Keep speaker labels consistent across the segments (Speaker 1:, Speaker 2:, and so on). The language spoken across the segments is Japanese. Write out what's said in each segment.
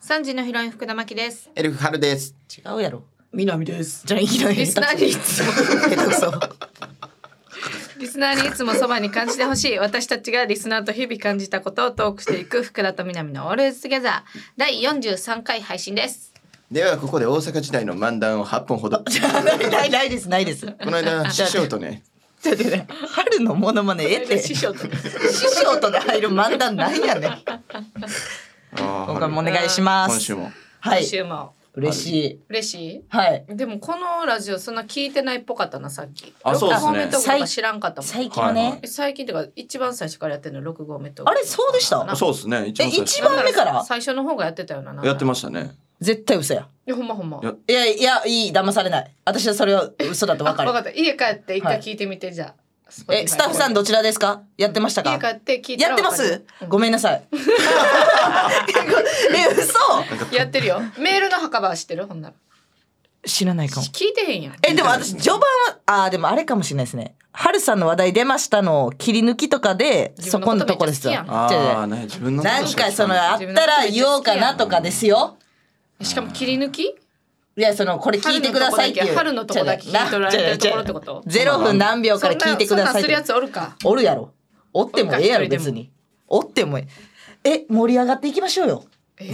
Speaker 1: 三時のヒロイン福田真希です。
Speaker 2: エルフ春です。
Speaker 3: 違うやろ
Speaker 4: 南です。
Speaker 3: じゃあいいのよ
Speaker 1: リスナーにいつも
Speaker 3: 下手くそ
Speaker 1: リスナーにいつもそばに感じてほしい私たちがリスナーと日々感じたことをトークしていく福田と南のオールズトゥゲザー第43回配信です。
Speaker 2: ではここで大阪時代の漫談を8本ほ ど。こ
Speaker 3: ないないないですないです
Speaker 2: の間師匠とね、
Speaker 3: ちょっとね春のモノマネえって
Speaker 1: 師
Speaker 3: 師
Speaker 1: 匠と
Speaker 3: 匠とで入る漫談ないや ねん今
Speaker 2: 今
Speaker 3: 回もお願いします
Speaker 2: 今週も
Speaker 3: は
Speaker 1: 今
Speaker 3: い
Speaker 1: 週も
Speaker 3: 嬉しい
Speaker 1: 嬉し
Speaker 3: はい
Speaker 1: い。でもこのラジオそんな聞いてないっぽかったなさっき。
Speaker 2: あそうですね
Speaker 1: 六合目とか知らんかったもん。
Speaker 3: 最近はね、
Speaker 2: はいはい
Speaker 1: え最近とか一番最初からやってるの六合目とか。
Speaker 3: あれそうでした
Speaker 1: な
Speaker 2: そうですね。一
Speaker 3: え
Speaker 2: 番最初
Speaker 3: 一番目から
Speaker 1: 最初の方がやってたよな。なんか
Speaker 2: やってましたね。
Speaker 3: 絶対嘘や
Speaker 1: いやほんまほんま。
Speaker 2: いや
Speaker 3: いやいやいい騙されない私はそれは嘘だと分か
Speaker 1: あわ
Speaker 3: る
Speaker 1: かった。家帰って一回聞いてみて、じゃあ。
Speaker 3: えスタッフさんどちらですかやってましたか
Speaker 1: 家帰って聞いた
Speaker 3: や
Speaker 1: ら
Speaker 3: って
Speaker 1: わ
Speaker 3: ま
Speaker 1: かる
Speaker 3: すごめんなさ い え嘘
Speaker 1: やってるよ。メールの墓場は知ってるほんなら。
Speaker 3: 知らないかも
Speaker 1: 聞いてへんやん。
Speaker 3: えでも私序盤はあーでもあれかもしれないですね春さんの話題出ましたの切り抜きとかで
Speaker 1: 自分
Speaker 3: そ
Speaker 1: のこ
Speaker 3: ことのとこです
Speaker 1: めっちゃ好き
Speaker 2: あ
Speaker 3: 違う違う
Speaker 2: あね自分のこと
Speaker 3: なん
Speaker 2: しか
Speaker 3: か
Speaker 2: 知ら
Speaker 3: そ
Speaker 2: な
Speaker 3: の
Speaker 2: い
Speaker 3: あったら言おうかなとかですよ
Speaker 1: しかも切り抜き
Speaker 3: いやそのこれ聞いてくださいっていう
Speaker 1: 春のとこだけ
Speaker 3: 違う違う
Speaker 1: 春のとこだけ聞い取られてるところってこと
Speaker 3: 違う違うゼロ分何秒から聞いてくださいっ
Speaker 1: そんなそんなんす
Speaker 3: て
Speaker 1: るやつおるか。
Speaker 3: おるやろおってもええやろ別
Speaker 1: おるか一人で
Speaker 3: におってもえええ盛り上がっていきましょうよ
Speaker 1: え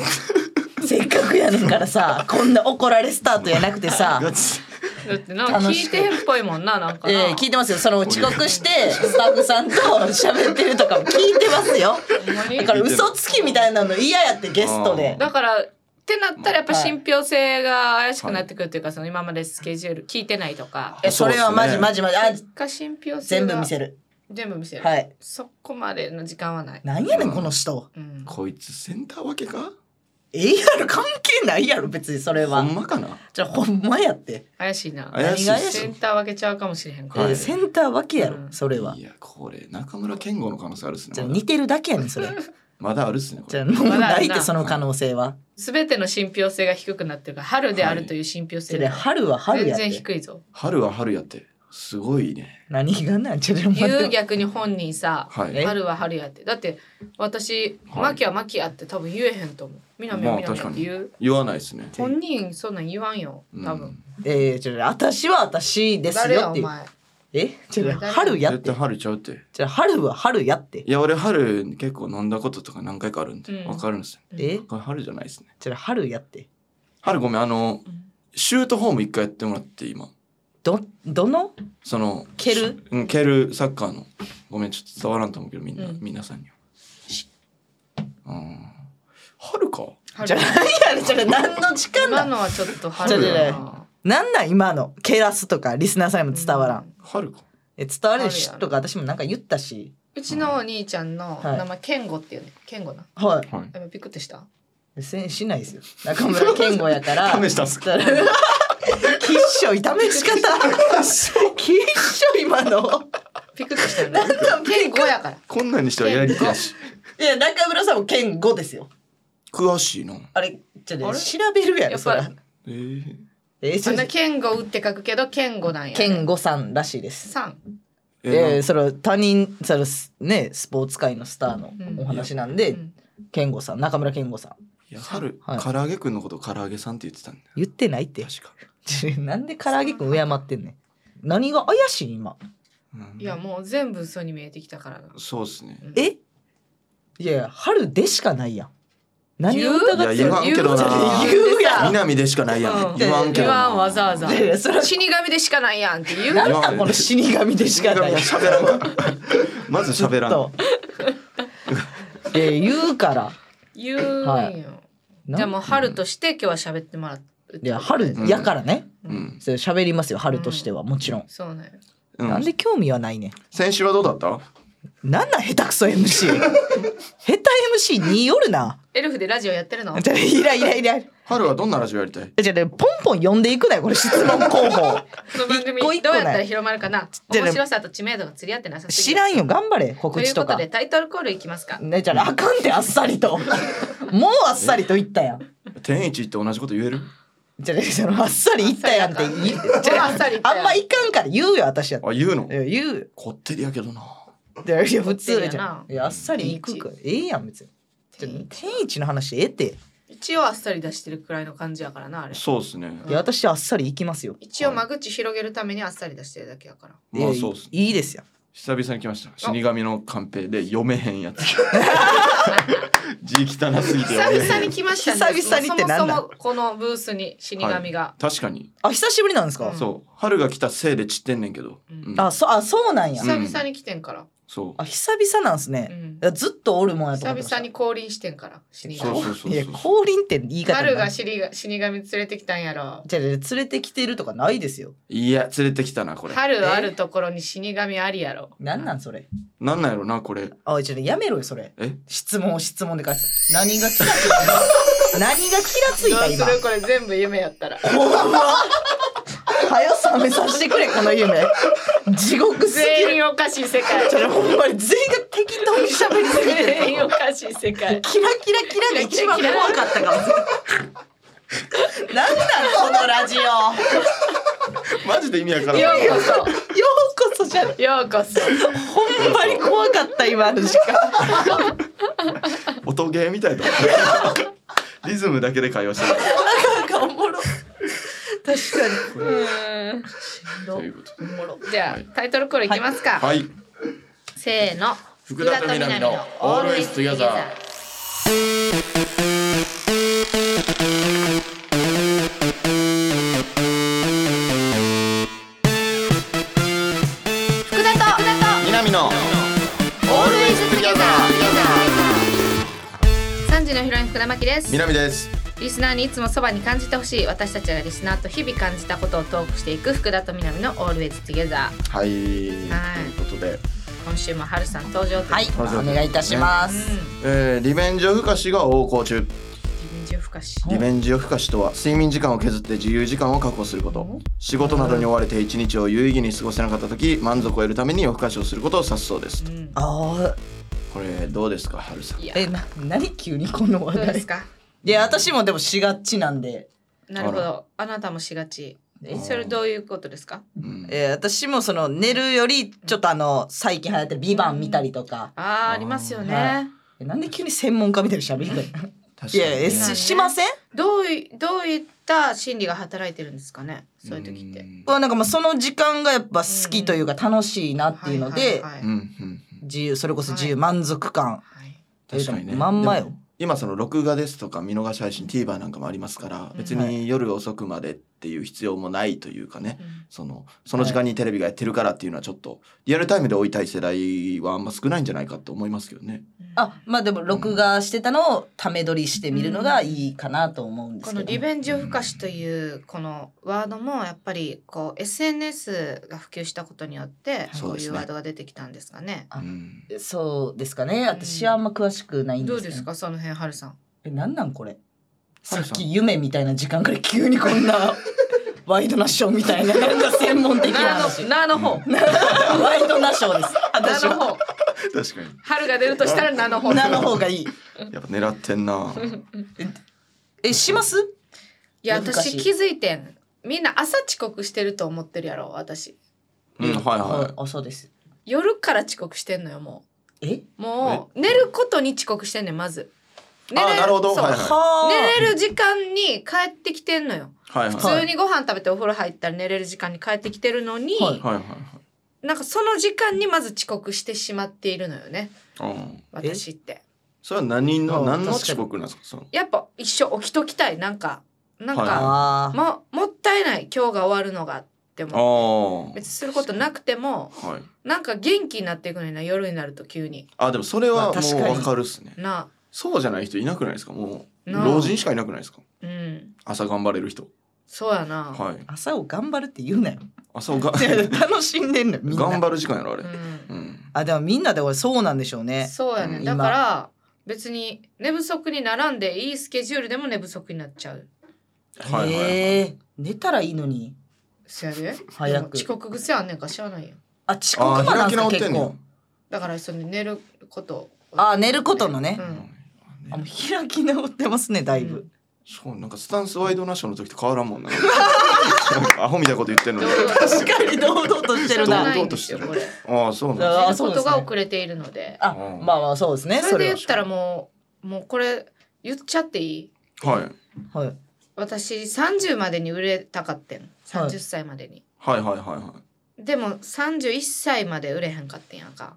Speaker 3: せっかくやねんからさこんな怒られスタートやなくてさ
Speaker 2: ガチ
Speaker 1: だってな、聞いてへんっぽいもんな、なんかな。
Speaker 3: えー、聞いてますよ。その遅刻してスタッフさんと喋ってるとかも聞いてますよ。
Speaker 1: ほんまに
Speaker 3: だから嘘つきみたいなの嫌やってゲストで。
Speaker 1: だから、ってなったらやっぱ信憑性が怪しくなってくるというか、その今までスケジュール聞いてないとか。
Speaker 3: えそれはマジマジマジ。あ
Speaker 1: 結果信憑性
Speaker 3: 全
Speaker 1: が
Speaker 3: 部見せる。
Speaker 1: 全部見せる。
Speaker 3: はい。
Speaker 1: そこまでの時間はない。
Speaker 3: なんやねんこの人。
Speaker 1: うん。
Speaker 2: こいつセンター分けか？
Speaker 3: ええやろ関係ないやろ別にそれ
Speaker 2: ほ
Speaker 3: は
Speaker 2: ん。まかな？
Speaker 3: じゃあほんまやって。
Speaker 1: 怪しいな。
Speaker 2: 怪しいっ
Speaker 3: 何が怪
Speaker 2: す
Speaker 1: セ
Speaker 2: よ
Speaker 1: ン。ター分けちゃうかもしれへんから
Speaker 2: は
Speaker 3: え
Speaker 2: い。
Speaker 3: ーセンターわけやろ
Speaker 1: うん
Speaker 3: それはい
Speaker 2: やこれ中村健吾の可能性あるっす
Speaker 3: じ
Speaker 2: ね
Speaker 3: ゃあ
Speaker 2: まだ。
Speaker 3: 似てるだけやねんそれ。
Speaker 2: まだあるっすねこ
Speaker 3: じゃあ
Speaker 2: れ。
Speaker 3: もうないっ
Speaker 1: まだあるな
Speaker 3: てその可能性は。
Speaker 1: 全ての信憑性が低くなってるから春であるという信憑
Speaker 3: そ
Speaker 1: 性
Speaker 3: れ
Speaker 1: が
Speaker 3: 春は春
Speaker 1: 全
Speaker 3: やっ
Speaker 1: 然
Speaker 3: て。
Speaker 1: 低いぞ
Speaker 2: 春は春やってすごいね。
Speaker 3: 何がなんちょっと待
Speaker 1: 言う
Speaker 3: って。
Speaker 1: 逆に本人さ「
Speaker 2: はい
Speaker 3: え
Speaker 1: 春は春や」ってだって私「
Speaker 2: はい
Speaker 1: マキはマキや」って多分言えへんと思う「南は
Speaker 2: まあ
Speaker 1: 南
Speaker 2: 確
Speaker 1: や」
Speaker 2: か
Speaker 1: って
Speaker 2: に
Speaker 1: 言う
Speaker 2: 言わないっすね。
Speaker 1: 本人そんなん言わんよ
Speaker 2: うん
Speaker 1: 多分
Speaker 3: えー、ちょっと私は私です
Speaker 1: 誰
Speaker 3: よ
Speaker 1: や
Speaker 3: っ
Speaker 1: お
Speaker 3: ていう。
Speaker 1: 前
Speaker 3: えちょっと春やっ
Speaker 2: 絶
Speaker 3: て
Speaker 2: 対。春ちゃうって。
Speaker 3: じゃあ春は春やって。
Speaker 2: いや俺春結構飲んだこととか何回かあるんで
Speaker 1: うん
Speaker 2: わかるんですよ。
Speaker 3: え
Speaker 2: これ春じゃないですね。
Speaker 3: じゃあ春やって。
Speaker 2: 春ごめんあの
Speaker 1: うん
Speaker 2: シュートフォーム一回やってもらって今
Speaker 3: ど、どの
Speaker 2: その
Speaker 3: 蹴る
Speaker 2: うん蹴るサッカーのごめんちょっと伝わらんと思うけどみんな、
Speaker 1: うん
Speaker 2: 皆さんにはうん春か
Speaker 3: じゃ
Speaker 1: 春
Speaker 3: あ何やねん、じゃあ何の時間
Speaker 1: 今
Speaker 3: だ
Speaker 1: のはちょっと春
Speaker 3: じゃあ
Speaker 1: や
Speaker 3: じゃ
Speaker 1: な
Speaker 3: なんなん今の蹴らすとかリスナーさんにも伝わらん。
Speaker 1: う
Speaker 2: 春か
Speaker 3: え伝わるし
Speaker 1: あるやろ
Speaker 3: とか私もなんか言ったし。
Speaker 1: うちのお兄ちゃんの
Speaker 3: はい
Speaker 1: 名前健吾っていうね健吾な
Speaker 3: は
Speaker 2: はい
Speaker 1: 今ピクってした
Speaker 3: い。せんしないですよ。中村健吾やから。
Speaker 2: 試したんすか
Speaker 3: た ら。きっしょい試し方。きっしょ今の。
Speaker 1: ピクってしたよね健吾やから
Speaker 2: こんなんにしてはやりたいし
Speaker 3: いや、中村さんも健吾ですよ。
Speaker 2: 詳しいな
Speaker 3: あれ、ちょっ
Speaker 1: あ
Speaker 3: と
Speaker 1: れ
Speaker 3: 調べるや
Speaker 1: や
Speaker 3: ろ、
Speaker 1: っ
Speaker 3: そら
Speaker 1: ぱ。
Speaker 2: えー、
Speaker 3: えー、ち
Speaker 1: そ
Speaker 3: ょ
Speaker 1: んな健吾って書くけど健吾なんや
Speaker 3: 健吾さんらしいです。
Speaker 1: さん
Speaker 2: え
Speaker 3: え
Speaker 2: な
Speaker 3: ー、それは他人それはすねスポーツ界のスターのお話なんで、
Speaker 1: うん
Speaker 3: 健吾さん中村健吾さ
Speaker 2: い
Speaker 3: ん
Speaker 2: や春、
Speaker 3: はい
Speaker 2: 唐揚げくんのこと唐揚げさんって言ってたんだよ
Speaker 3: 言ってないって
Speaker 2: 確か、
Speaker 3: なんで唐揚げくん敬ってんねん何が怪しい今
Speaker 2: うん、
Speaker 1: いやもう全部嘘に見えてきたからな
Speaker 2: そうですね
Speaker 3: えいやいや春でしかないやん何を
Speaker 2: い
Speaker 3: 疑
Speaker 2: や
Speaker 3: って
Speaker 2: 言
Speaker 3: る
Speaker 2: わんけどな
Speaker 1: 言
Speaker 3: 言うやん
Speaker 2: 南でしかないやん、
Speaker 1: うん
Speaker 2: 言わんけど
Speaker 1: 言
Speaker 2: な
Speaker 1: わんわざわざ
Speaker 3: いやいやそれは
Speaker 1: 死神でしかないやんって言う
Speaker 3: なん
Speaker 2: 言わん
Speaker 3: だこの死神でしか ないやん
Speaker 2: 喋ら んからまず喋らん
Speaker 3: とえー、言うから
Speaker 1: 言うんよ、
Speaker 3: はい
Speaker 1: じゃあもう春として今日は喋ってもらう
Speaker 3: いや春やからね、
Speaker 2: うん、
Speaker 3: それ喋りますよ春としてはもちろん、
Speaker 1: そうね
Speaker 2: うん、
Speaker 3: なんで興味はないねん
Speaker 2: 先週はどうだった
Speaker 3: なんなん下手くそ MC 下手 MC によるな
Speaker 1: エルフでラジオやってるの
Speaker 3: じゃあイライライライ
Speaker 2: 春はどんなラジオやりたい
Speaker 3: ラじゃあねポンポン呼んでいくなよこれ質問 候
Speaker 1: こ
Speaker 3: 補
Speaker 1: の番組
Speaker 3: 一個一個
Speaker 1: どうや
Speaker 3: な
Speaker 1: っ
Speaker 3: い
Speaker 1: たら広まるかな
Speaker 3: じゃあ
Speaker 1: 面白さと知名度が釣り合ってなさすぎ
Speaker 3: 知
Speaker 1: る
Speaker 3: らんよ頑張れ告
Speaker 1: とい
Speaker 3: 知
Speaker 1: うことと
Speaker 3: か
Speaker 1: でタイトルコールいきますか
Speaker 3: ねじゃああかんであっさりともうあっさりと言ったやん
Speaker 2: 天一って同じこと言える
Speaker 3: じゃあねそのあっさり言ったやんって言いじゃ
Speaker 1: あっさり言ったや
Speaker 3: あ
Speaker 1: ん
Speaker 3: あんまいかんから言うよ私やって
Speaker 2: あ言うの
Speaker 3: いや言う
Speaker 2: こってりやけどな
Speaker 3: でいや普通
Speaker 1: こってり
Speaker 3: じ
Speaker 1: や
Speaker 3: ゃ
Speaker 1: なん
Speaker 3: いやあっさり行くかええやん別にちょ天一の話ええって
Speaker 1: 一応あっさり出してるくらいの感じやからなあれ
Speaker 2: そうですね。
Speaker 3: いや私あっさり行きますよ
Speaker 1: 一応間口広げるためにあっさり出してるだけやから
Speaker 3: い
Speaker 2: ま
Speaker 3: や
Speaker 2: あ
Speaker 3: い
Speaker 2: そうですね。
Speaker 3: いいですよ
Speaker 2: 久々に来ました。死神のカンペで読めへんやつ。字汚すぎて読めへん。
Speaker 1: 久々に来ましたね
Speaker 3: 久々にってなんなん
Speaker 1: そもそもこのブースに死神が、
Speaker 2: 確かに。
Speaker 3: あ久しぶりなんですか、
Speaker 1: うん
Speaker 2: そう春が来たせいで散ってんねんけど。
Speaker 1: うん
Speaker 2: うん
Speaker 3: あそあそうなんや、
Speaker 2: うん
Speaker 1: 久々に来てんから、
Speaker 2: そ
Speaker 3: あ久々なんです
Speaker 1: う
Speaker 3: ね、
Speaker 1: ん
Speaker 3: いやずっとおるもんやと
Speaker 1: 久
Speaker 3: 思ってました
Speaker 1: 々に降臨してんから死神
Speaker 2: そうそうそうそう
Speaker 3: いや降臨って言い方
Speaker 1: 春
Speaker 3: な
Speaker 1: が
Speaker 3: い
Speaker 1: 死神死神連れてきたんやろ
Speaker 3: じゃあ連れてきてるとかないですよ
Speaker 2: う。いや連れてきたなこれ。
Speaker 1: 春あるところに死神ありやろ
Speaker 3: なんなんそれ
Speaker 2: なんなんやろなこれ。
Speaker 3: あちょっとやめろよそれ
Speaker 2: え
Speaker 3: 質問を質問で返 す何が気がついた何が気がつい
Speaker 1: ど
Speaker 3: た
Speaker 1: うす
Speaker 3: 今
Speaker 1: るこれ全部夢やったら
Speaker 3: はよ覚めさせてくれこの夢地獄すぎ
Speaker 1: 全
Speaker 3: る
Speaker 1: 員おかしい世界
Speaker 3: ちょっとほんまに全員が適当に喋りすぎてる
Speaker 1: 全員おかしい世界
Speaker 3: キラキラキラが一番怖かったかもなんなんこのラジオよ
Speaker 2: マジで意味わからん。
Speaker 1: ようこそ
Speaker 3: うこそじゃん
Speaker 1: ようこそ
Speaker 3: ほんまに怖かった今の時間
Speaker 2: 音ゲーみたいな。リズムだけで会話してる。
Speaker 3: なんかおもろ確か
Speaker 1: う
Speaker 3: に
Speaker 1: ん
Speaker 2: ということで。
Speaker 3: おもろ
Speaker 1: じゃあ、タイトルコールいきますか、
Speaker 2: はい。
Speaker 1: せーの
Speaker 2: 福田と南のオールイズトゥギャザー
Speaker 1: 福田と福田と
Speaker 2: 南のオールウェイズトゥギャザー。
Speaker 1: 三時のヒロイン福田真希です
Speaker 2: 南です。
Speaker 1: リスナーにいつもそばに感じてほしい私たちがリスナーと日々感じたことをトークしていく福田と南のオールウェイズトゥゲザー
Speaker 2: はい。ということで、
Speaker 1: 今週も春さん登場とう
Speaker 3: はいお願いいたしま
Speaker 1: うん
Speaker 3: す、
Speaker 2: えーリベンジオフカシが横行中。
Speaker 1: 自分中深し
Speaker 2: リベンジオフカシとは睡眠時間を削って自由時間を確保すること仕事などに追われて一日を有意義に過ごせなかった時満足を得るために夜更かしをすることを指すそうです
Speaker 1: うん
Speaker 3: ああ
Speaker 2: これどうですか春さん
Speaker 1: いや
Speaker 3: えな何急にこの話
Speaker 1: どうで
Speaker 3: 題
Speaker 1: すか
Speaker 3: いや私もでもしがちなんで
Speaker 1: なるほどあなたもしがち
Speaker 3: え
Speaker 1: それどういうことですか
Speaker 2: うん
Speaker 3: えー私もその寝るよりちょっとあの最近流行ってる「ビバン見たりとか、
Speaker 1: あーありますよね、
Speaker 3: はえなんで急に専門家みたいな喋り方い
Speaker 2: 確か
Speaker 3: や
Speaker 2: に
Speaker 3: えししません
Speaker 1: どういどういった心理が働いてるんですかねそういう時って
Speaker 2: ん
Speaker 3: はなんかまあその時間がやっぱ好きというか楽しいなっていうので、
Speaker 1: はいはい
Speaker 2: うん
Speaker 1: は
Speaker 2: う
Speaker 1: い
Speaker 2: ん
Speaker 3: 自由それこそ自由、
Speaker 1: はい
Speaker 3: 満足
Speaker 1: は
Speaker 3: 感
Speaker 1: い
Speaker 3: という
Speaker 2: 確かにね
Speaker 3: まんまよ
Speaker 2: でも今その録画ですとか見逃し配信 TVer なんかもありますから別に夜遅くまでっていう必要もないというかね
Speaker 1: うん
Speaker 2: そのその時間にテレビがやってるからっていうのはちょっとリアルタイムで追いたい世代はあんま少ないんじゃないかと思いますけどね。
Speaker 3: あまあでも録画してたのをため撮りしてみるのがいいかなと思うんで
Speaker 1: こ
Speaker 3: すけ
Speaker 1: の
Speaker 3: ど、
Speaker 1: リベンジオフカシというこのワードもやっぱりこう SNS が普及したことによって
Speaker 2: そ
Speaker 1: こ
Speaker 2: う
Speaker 1: う
Speaker 2: で
Speaker 1: い
Speaker 2: す
Speaker 1: う
Speaker 2: ね
Speaker 1: ワードが出てきたんですかね。
Speaker 3: あ
Speaker 2: うん
Speaker 3: そうですかね私はあんま詳しくないんです
Speaker 1: ど
Speaker 3: け
Speaker 1: うですかその辺春さん。
Speaker 3: えなんなんこれさ
Speaker 2: 春
Speaker 3: っ
Speaker 2: さん
Speaker 3: き夢みたいな時間から急にこんな ワイドナショーみたいななんか専門的な
Speaker 1: な
Speaker 3: 話
Speaker 1: のなの方。
Speaker 3: ワイドナショーです。
Speaker 1: な
Speaker 3: 私
Speaker 1: の
Speaker 3: は。
Speaker 1: 方。
Speaker 2: 確かに
Speaker 1: 春が出るとしたらなの方。
Speaker 3: なの方がいい。
Speaker 2: やっぱ狙ってんな。
Speaker 3: え、します。
Speaker 1: いや
Speaker 3: 夜更かし
Speaker 1: 私気づいてん。みんな朝遅刻してると思ってるやろ私。
Speaker 2: うんはいは
Speaker 3: あ、そうです。
Speaker 1: 夜から遅刻してんのよも
Speaker 3: え。
Speaker 1: う。もう寝ることに遅刻してんねんまず。
Speaker 2: い。
Speaker 1: 寝れ
Speaker 2: あなるほど
Speaker 1: そう
Speaker 2: はいはい
Speaker 3: は
Speaker 1: 寝れる時間に帰ってきてんのよ。
Speaker 2: はいはい
Speaker 3: 普
Speaker 1: 普通にご飯食べてお風呂入ったら寝れる時間に帰ってきてるのに、
Speaker 3: はい
Speaker 2: はいはい
Speaker 1: なんかその時間にまず遅刻してしまっているのよね
Speaker 2: はい。うん。
Speaker 1: 私って
Speaker 2: それは何の
Speaker 3: あ
Speaker 2: 何の
Speaker 3: 確か
Speaker 2: 遅
Speaker 3: に
Speaker 2: 刻なんですかその。
Speaker 1: やっぱ一生起きときたいなんかなんか、
Speaker 2: は
Speaker 3: あー。
Speaker 1: ももったいない今日が終わるのがって思う
Speaker 2: あ
Speaker 1: 別にすることなくても
Speaker 2: あ。はい。
Speaker 1: なんか元気になっていくのにな夜になると急に
Speaker 2: あでもそれは
Speaker 3: まあ
Speaker 2: も
Speaker 3: 確
Speaker 2: う
Speaker 3: かに
Speaker 2: わかるっすね。
Speaker 1: な
Speaker 2: そうじゃない人いなくないですかもう
Speaker 1: なあ
Speaker 2: 老人しかいなくないですか
Speaker 1: うん
Speaker 2: 朝頑張れる人。
Speaker 1: そうやな、
Speaker 2: はい。
Speaker 3: 朝を頑張るって言うなよ。
Speaker 2: 朝をが
Speaker 3: いや楽しんでんのよ。みん
Speaker 2: 頑
Speaker 3: な。
Speaker 2: 張る時間やろあれ
Speaker 1: う。ん、
Speaker 2: うん。
Speaker 3: あ、でも、みんなで、俺、そうなんでしょうね。
Speaker 1: そうやね、
Speaker 2: うん
Speaker 1: だから別に寝不足にならんでいいスケジュールでも寝不足になっちゃう
Speaker 2: はいはいはい。
Speaker 3: へえ。寝たらいいのに。
Speaker 1: そやで
Speaker 3: 早く
Speaker 1: でも遅刻癖あんねんか知らないよ
Speaker 3: あ、遅刻
Speaker 2: あ
Speaker 3: ま
Speaker 2: あ
Speaker 3: でな
Speaker 2: 開き直っ
Speaker 3: んすか
Speaker 2: て
Speaker 3: 結
Speaker 2: んねや
Speaker 3: 構。
Speaker 1: だからその寝ること
Speaker 3: あー、寝ること のね
Speaker 1: う。
Speaker 2: うん
Speaker 1: ん
Speaker 3: あの、開き直ってますね、だいぶ。
Speaker 2: そうなんかスタンスワイドナショーの時と変わらん もんな。なんかアホみたいなこと言ってんのに。
Speaker 3: 確かに堂々としてる
Speaker 1: どう
Speaker 3: な。
Speaker 1: ないんですよこれ
Speaker 2: ああそうなんだ。
Speaker 3: あ
Speaker 1: 寝
Speaker 3: ー
Speaker 1: る
Speaker 3: そ
Speaker 1: こ
Speaker 3: うです
Speaker 1: と
Speaker 3: ね
Speaker 1: が遅れているので
Speaker 3: あ、まあまあ、そうですね。
Speaker 1: そ
Speaker 3: そ
Speaker 1: れで
Speaker 3: れ
Speaker 1: 言
Speaker 3: は
Speaker 1: っ。たらももうこれ言っちゃっていい
Speaker 2: はい
Speaker 3: はい。
Speaker 1: 私30までに売れたかってん30歳までに、
Speaker 2: はいはいはいは
Speaker 1: でも31歳まで売れへんかってんやんか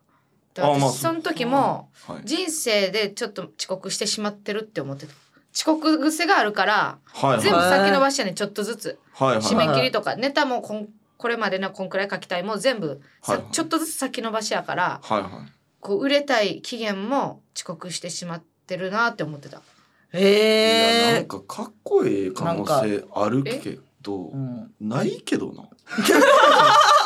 Speaker 1: だ
Speaker 2: あ
Speaker 1: から
Speaker 2: まあ
Speaker 1: 私その時も
Speaker 2: いはい
Speaker 1: 人生でちょっと遅刻してしまってるって思ってた遅刻癖があるから
Speaker 2: はいはい
Speaker 1: 全部先延ばしやねんちょっとずつ
Speaker 2: はいはい
Speaker 1: 締め切りとかネタもこんこれまでのこんくらい書きたいも全部さ
Speaker 2: はいはい
Speaker 1: ちょっとずつ先延ばしやから
Speaker 2: はいはい
Speaker 1: こう売れたい期限も遅刻してしまってるなって思ってた
Speaker 2: いやな
Speaker 3: え
Speaker 2: んかかっこいい可能性あるけど
Speaker 3: ー。うん。
Speaker 2: ないけ どな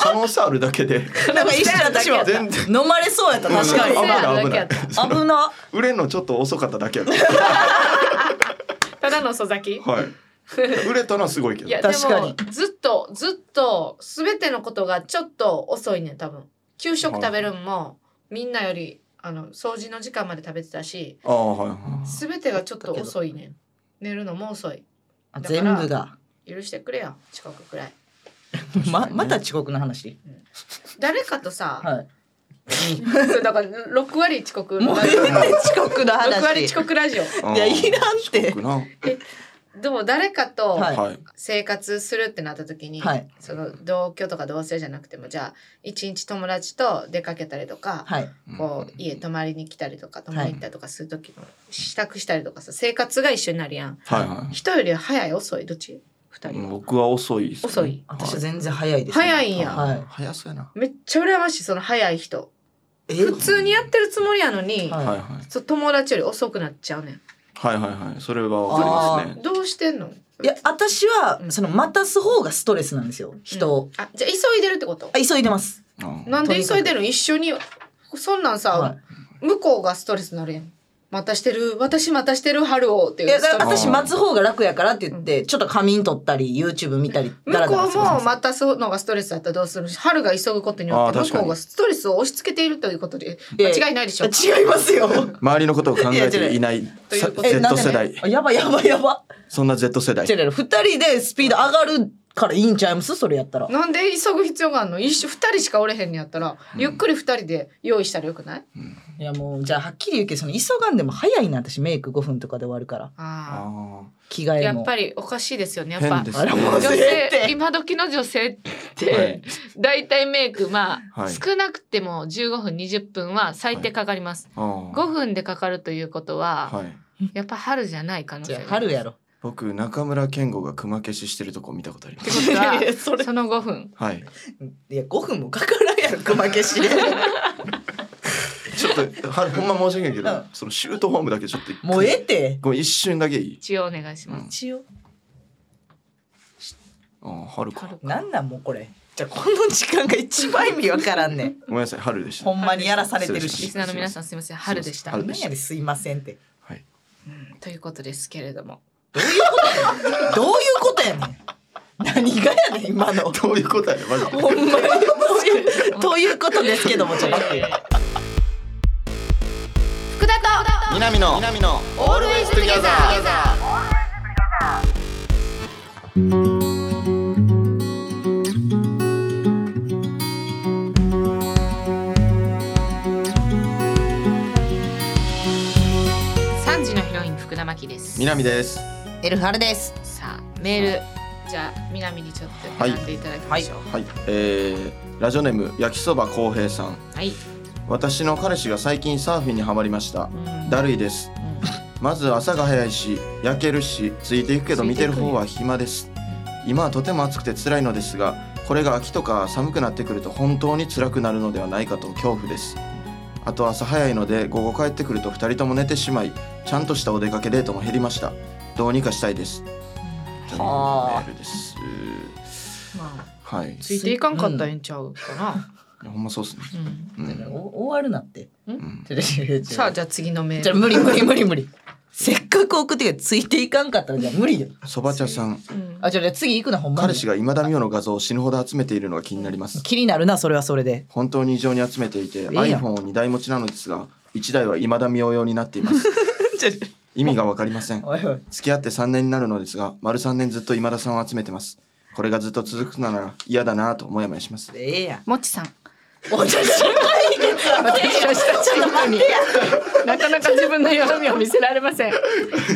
Speaker 2: 可能性あるだけで
Speaker 3: なんか一瞬私は
Speaker 2: 全然
Speaker 3: 飲まれそうやった確かに
Speaker 1: う。ん
Speaker 2: 危な
Speaker 1: そう
Speaker 2: い危
Speaker 1: や
Speaker 2: ない
Speaker 1: だけやっ
Speaker 2: その
Speaker 3: 危な。
Speaker 2: 売れんのちょっと遅かっただけやから
Speaker 1: ただの遅咲き
Speaker 2: はい売れたのはすごいけ
Speaker 1: い
Speaker 2: ど
Speaker 1: やで
Speaker 3: 確かに
Speaker 1: もずっとずっと全てのことがちょっと遅いねん多分給食食べるんもみんなよりあの掃除の時間まで食べてたし
Speaker 2: ああはいはい
Speaker 1: 全てがちょっと遅いねん寝るのも遅い
Speaker 3: あ全部が。
Speaker 1: 許してくれよ遅刻 くらい
Speaker 3: ままた遅刻の話。
Speaker 1: 誰かとさ、
Speaker 3: は
Speaker 1: そうだから6割遅刻
Speaker 3: い。もう全然遅刻の話。
Speaker 1: 6割遅刻ラジオ
Speaker 2: あー
Speaker 3: いやいらんて
Speaker 2: 遅刻なは
Speaker 1: でも誰かと
Speaker 3: はい
Speaker 2: い
Speaker 1: 生活するってなった時に、
Speaker 3: はい
Speaker 1: その同居とか同棲じゃなくてもじゃあ一日友達と出かけたりとか、
Speaker 3: はい。
Speaker 1: こう家泊まりに来たりとか泊まりに行ったりとかする時の支度したりとかさ生活が一緒になるやん
Speaker 2: はいは
Speaker 1: 人より早い遅いどっち2
Speaker 2: い
Speaker 1: 人は
Speaker 2: 僕は遅いっすね
Speaker 1: 遅い
Speaker 3: 私は
Speaker 2: は
Speaker 3: 全然早いです、
Speaker 1: 早いんや
Speaker 3: はい。
Speaker 2: 早そうやな
Speaker 1: めっちゃ羨ましいその早い人
Speaker 3: え
Speaker 1: 普通にやってるつもりやのに、
Speaker 3: はい
Speaker 2: はいはい
Speaker 1: そう友達より遅くなっちゃうねん
Speaker 2: はいはいはいそれはわかりますね
Speaker 1: どうしてんの
Speaker 3: いや私は
Speaker 1: うん
Speaker 3: その待たす方がストレスなんですよ。人を、
Speaker 1: あじゃあ急いでるってこと
Speaker 3: あ急いでます。
Speaker 2: うん
Speaker 1: なんで急いでるの一緒にそんなんさ、
Speaker 3: は
Speaker 1: 向こうがストレスになるやんまたしてる私またしてる春をって
Speaker 3: い。い
Speaker 1: いう
Speaker 3: や
Speaker 1: ス
Speaker 3: だか
Speaker 1: ト
Speaker 3: ら
Speaker 1: レス
Speaker 3: 私待つ方が楽やからって言って、ちょっと仮眠取ったり YouTube 見たりダラ
Speaker 1: 向こ
Speaker 3: ダラ
Speaker 1: う
Speaker 3: 過ごしま
Speaker 1: も
Speaker 3: す
Speaker 1: 待たすのがストレスだったらどうするし春が急ぐことによっ
Speaker 2: あ
Speaker 1: て
Speaker 2: ー
Speaker 1: 向
Speaker 2: 確か
Speaker 1: こ
Speaker 2: に
Speaker 1: うがストレスを押し付けているということで
Speaker 3: やや
Speaker 1: 間違いないでしょ
Speaker 3: 違いま すよ。
Speaker 2: 周りのことを考えていない
Speaker 1: という
Speaker 2: さ
Speaker 1: ことで
Speaker 2: Z 世代
Speaker 3: ね、あやばいやばいやば。
Speaker 2: そんな Z 世代
Speaker 3: 違う違う二人でスピード上がるからいいんちゃいますそれやったら。
Speaker 1: なんで急ぐ必要があるの一緒二人しかおれへんのやったら、ゆっくり二人で用意したらよくない
Speaker 3: いやもうじゃあはっきり言うけどその急がんでも早いな私メイク5分とかで終わるから
Speaker 1: あ
Speaker 2: あ
Speaker 3: 着
Speaker 1: あ
Speaker 3: 替え
Speaker 1: や
Speaker 3: も。
Speaker 1: っぱりおかしいですよねや
Speaker 2: あ
Speaker 1: っぱ
Speaker 2: 変ですね
Speaker 3: あらもう
Speaker 1: 女
Speaker 3: 絶
Speaker 1: 性
Speaker 3: 対
Speaker 1: 今時の女性っ
Speaker 2: はい
Speaker 1: て大体メイクまあ、
Speaker 2: はい
Speaker 1: 少なくても15分20分は最低かかります、
Speaker 2: あー
Speaker 1: 5分でかかるということは、
Speaker 2: はい
Speaker 1: やっぱ春じゃない可能性
Speaker 3: じゃ
Speaker 1: が
Speaker 3: あ春やろ。
Speaker 2: 僕中村健吾が熊消ししてるとこ見たことありま
Speaker 1: って
Speaker 2: す
Speaker 1: こと
Speaker 3: いやいやそ
Speaker 1: は
Speaker 3: れ
Speaker 1: その5分
Speaker 2: はい
Speaker 3: いや5分もかからんやろ熊消しで。
Speaker 2: ちょっとはほんま申し訳ないけ
Speaker 3: うん
Speaker 2: どそのシュートフォームだけちょっと一回
Speaker 3: もうええって。
Speaker 2: ごめん一瞬だけいい
Speaker 1: 一応お願いします、
Speaker 3: 一応。
Speaker 2: あー春か
Speaker 1: 春
Speaker 3: なんなんもうこれ。じゃあこの時間が一番意味わからんねん。
Speaker 2: ごめんなさい春でした
Speaker 3: ほんまにやらされてる
Speaker 1: リ
Speaker 3: し
Speaker 1: ス。ナーの皆さんすみません春でした
Speaker 2: そうで
Speaker 3: 何やねんすいませんって。
Speaker 2: はい
Speaker 1: ということですけれども
Speaker 3: どういうことやねん。何がやねん今の。
Speaker 2: どういうことやねマジで
Speaker 3: ほんまにどういう。ということですけどもちょっと待って。
Speaker 1: 福田と
Speaker 2: 南の南の
Speaker 1: オールウェイズトゥギャザー3時のヒロイン福田真希です
Speaker 2: 南です
Speaker 3: エルファルです。
Speaker 1: さあメールじゃあ南にちょっと選んでいただきましょう
Speaker 2: はいえーラジオネーム焼きそばこうへいさん
Speaker 1: はい、
Speaker 2: 私の彼氏が最近サーフィンにはまりました
Speaker 1: うん
Speaker 2: だるいですまず朝が早いし焼けるしついていくけど
Speaker 1: つい
Speaker 2: 見
Speaker 1: てい
Speaker 2: て
Speaker 1: く
Speaker 2: る
Speaker 1: んや
Speaker 2: 方は暇です今はとても暑くて辛いのですがこれが秋とか寒くなってくると本当に辛くなるのではないかと恐怖ですあと朝早いので午後帰ってくると2人とも寝てしまいちゃんとしたお出かけデートも減りましたどうにかしたいですという
Speaker 3: はあ
Speaker 2: メールです
Speaker 1: ま
Speaker 2: はい
Speaker 1: あついていかんかったらええんちゃうかな、
Speaker 2: ほんまそうっすね、
Speaker 1: うん
Speaker 2: うん
Speaker 3: お終わるなって。
Speaker 2: うん
Speaker 1: さあじゃあ次のメー
Speaker 3: じゃ
Speaker 1: ル
Speaker 3: あ無理無理無理無理。せっかく送ってきてついていかんかったらじゃあ無理よ。
Speaker 2: そば茶さん
Speaker 1: うん
Speaker 3: あじゃあ次行くなほんまに。
Speaker 2: 彼氏が今田美桜の画像を死ぬほど集めているのが気になります
Speaker 3: 気になるなそれはそれで。
Speaker 2: 本当に異常に集めていて
Speaker 3: えやん
Speaker 2: iPhone を2台持ちなのですが1台は今田美桜用になっています 意味がわかりません
Speaker 3: おいおい。
Speaker 2: 付き合って3年になるのですが丸3年ずっと今田さんを集めてますこれがずっと続くなら嫌だなぁともやもやします
Speaker 3: ええやん。
Speaker 1: もっちさん
Speaker 3: 私はいいけど
Speaker 1: 私は下地なのに なかなか自分の弱みを見せられません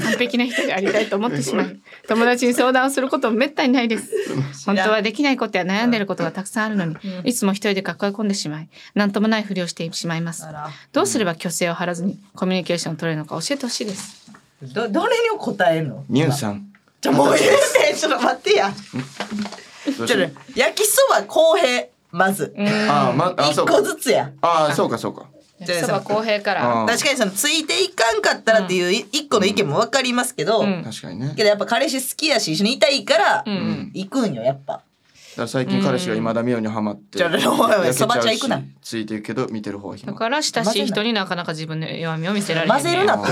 Speaker 1: 完璧な人でありたいと思ってしまい友達に相談をすることもめったにないです本当はできないことや悩んでることがたくさんあるのにいつも一人で抱え込んでしまい何ともないふりをしてしまいます
Speaker 3: あら
Speaker 1: どうすれば虚勢を張らずにコミュニケーションを取れるのか教えてほしいです
Speaker 3: どどれに答えんの
Speaker 2: ニューさん
Speaker 3: じゃもう言うてちょっと待ってや
Speaker 2: どうし
Speaker 3: ちょっと焼きそば公平まず
Speaker 2: あー、ま、あそ
Speaker 3: 一
Speaker 2: う
Speaker 3: 個
Speaker 2: か
Speaker 3: ずつや
Speaker 2: あーそうかそうか
Speaker 3: じゃあ
Speaker 1: そば公平から
Speaker 2: あー
Speaker 3: 確かにそのついていかんかったらっていうい一個の意見もわかりますけど、
Speaker 1: うん
Speaker 2: 確かにね
Speaker 3: けどやっぱ彼氏好きやし一緒にいたいから
Speaker 1: うんうん
Speaker 3: 行くんよやっぱ、
Speaker 2: だから最近彼氏が今田美桜にハマって
Speaker 3: ちょっとおいおい
Speaker 2: 焼けちゃ
Speaker 3: そば
Speaker 2: うし
Speaker 3: 茶行くな
Speaker 2: ついていくけど見てる方は
Speaker 1: だ
Speaker 2: 暇
Speaker 1: から親しい人になかなか自分の弱みを見せられない
Speaker 3: 混ぜるなって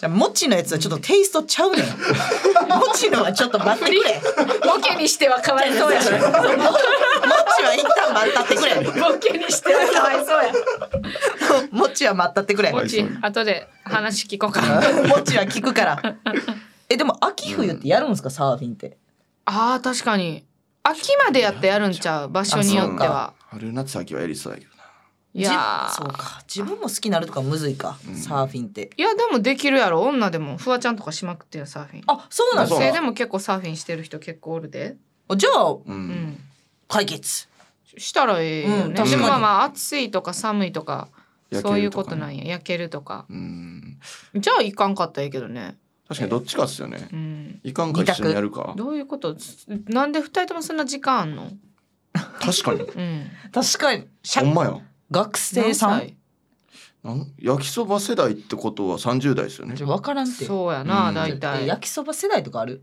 Speaker 3: じゃあもちのやつはちょっとテイストちゃうねんもちのはちょっと待ってくれ
Speaker 1: ボケにしてはかわいそうや
Speaker 3: ももちは一旦待ったってくれ
Speaker 1: ボケにしてはかわいそうや
Speaker 3: もちは待ったってくれも
Speaker 1: も
Speaker 3: ち
Speaker 1: ち後で話聞こうか
Speaker 3: は聞くからえでも秋冬ってやるんですかサーフィンって
Speaker 1: あー確かに秋までやってやるんちゃう場所によっては
Speaker 2: 春夏秋はやりそうやけどない
Speaker 1: や
Speaker 3: じそう
Speaker 1: ー
Speaker 3: か自分も好きになるとかむずいか、サーフィンって
Speaker 1: いやでもできるやろ女でもフワちゃんとかしまくってよサーフィン
Speaker 3: あそうなんで
Speaker 1: 女
Speaker 3: す
Speaker 1: 性
Speaker 3: ね
Speaker 1: でも結構サーフィンしてる人結構おるで
Speaker 3: じゃあ
Speaker 2: う
Speaker 1: うんん
Speaker 3: 解決
Speaker 1: したらええよ
Speaker 3: うん
Speaker 1: ね
Speaker 3: 確
Speaker 1: で
Speaker 3: かに
Speaker 1: もまあまあ暑いとか寒いとか
Speaker 2: 焼けるとか
Speaker 1: そういうことなんや焼けるとか
Speaker 2: うん
Speaker 1: じゃあ行かんかったらええけどね
Speaker 2: 確かにどっちかっすよね
Speaker 1: うん
Speaker 2: いかんか一緒にやるか
Speaker 1: どういうことすなんで二人ともそんな時間あんの
Speaker 2: 確かに
Speaker 1: うん
Speaker 3: 確かにしゃ
Speaker 2: ほんまや
Speaker 3: 学生さ
Speaker 1: 何
Speaker 3: ん
Speaker 1: 歳
Speaker 2: なん焼きそば世代ってことは30代ですよね
Speaker 3: じゃ分からんって
Speaker 1: そうやな
Speaker 2: うん
Speaker 1: 大
Speaker 3: え
Speaker 1: 体
Speaker 3: 焼きそば世代とかある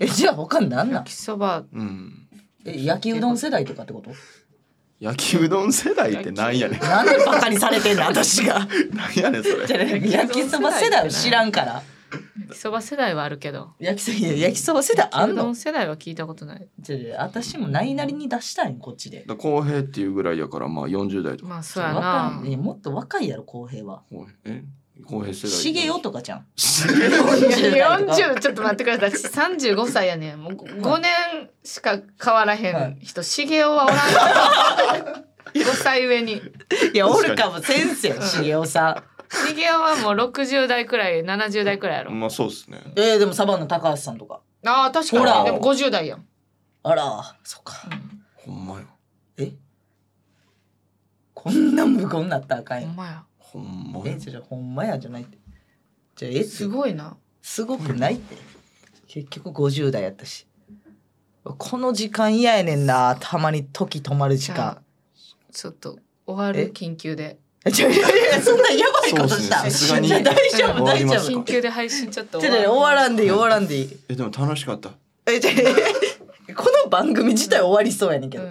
Speaker 3: えじゃあ他なんなん
Speaker 1: 焼きそば
Speaker 2: うん
Speaker 3: え焼きうどん世代とかってこと
Speaker 2: 焼きうどん世代ってなんやねん
Speaker 3: なんでバカにされてんの私が
Speaker 2: なんやねんそれ
Speaker 3: 焼きそば世代を知らんから
Speaker 1: 焼きそば世代はあるけど
Speaker 3: 焼きそばいや焼きそば世代あん
Speaker 1: 牛
Speaker 3: の
Speaker 1: 丼世代は聞いたことない
Speaker 3: じゃあじゃあ私もないなりに出したいんこっちで
Speaker 2: だ公平っていうぐらいやからまあ40代とか
Speaker 1: まあそうや
Speaker 3: わか
Speaker 1: なん
Speaker 3: いやもっと若いやろ公平は
Speaker 2: 公平え公平世代
Speaker 3: 茂雄とかじゃん
Speaker 1: いや
Speaker 3: 40代
Speaker 1: 40ちょっと待ってください私35歳やねんもう5年しか変わらへ
Speaker 3: は
Speaker 1: ん人茂雄はおらん5歳上に
Speaker 3: いやおるかも先 生茂雄さ
Speaker 1: 茂雄はもう60代くらい70代くらいやろ
Speaker 2: まあそうっすね
Speaker 3: んえー、でもサバンナ高橋さんとか
Speaker 1: ああ確
Speaker 3: ほ
Speaker 1: からにでも50代やん
Speaker 3: あらそっか
Speaker 2: ほんまよ
Speaker 3: えこんな無言になったらあかん
Speaker 1: ほ
Speaker 3: よ
Speaker 1: んまや
Speaker 2: ほんま
Speaker 3: え
Speaker 2: よ
Speaker 3: じゃあほんまやじゃないってじゃあえ
Speaker 1: す
Speaker 3: す
Speaker 1: ごいな
Speaker 3: すごくないって結局50代やったしこの時間嫌やねんなたまに時止まる時
Speaker 1: じゃあ
Speaker 3: 間
Speaker 1: ちょっと終わ
Speaker 3: え
Speaker 1: る緊急で
Speaker 3: いやいやいやそんなやばいことした
Speaker 2: そうっすねさすがに
Speaker 3: じゃあ大丈夫
Speaker 2: 終わ
Speaker 3: 大
Speaker 2: り
Speaker 3: 丈
Speaker 2: ます
Speaker 3: 夫
Speaker 1: 緊急で配信ちょっと
Speaker 3: じゃあじゃあ終わらんでいい終わらんでいい
Speaker 2: えでも楽しかった
Speaker 3: えじゃあ この番組自体終わりそうやねんけど、
Speaker 1: うん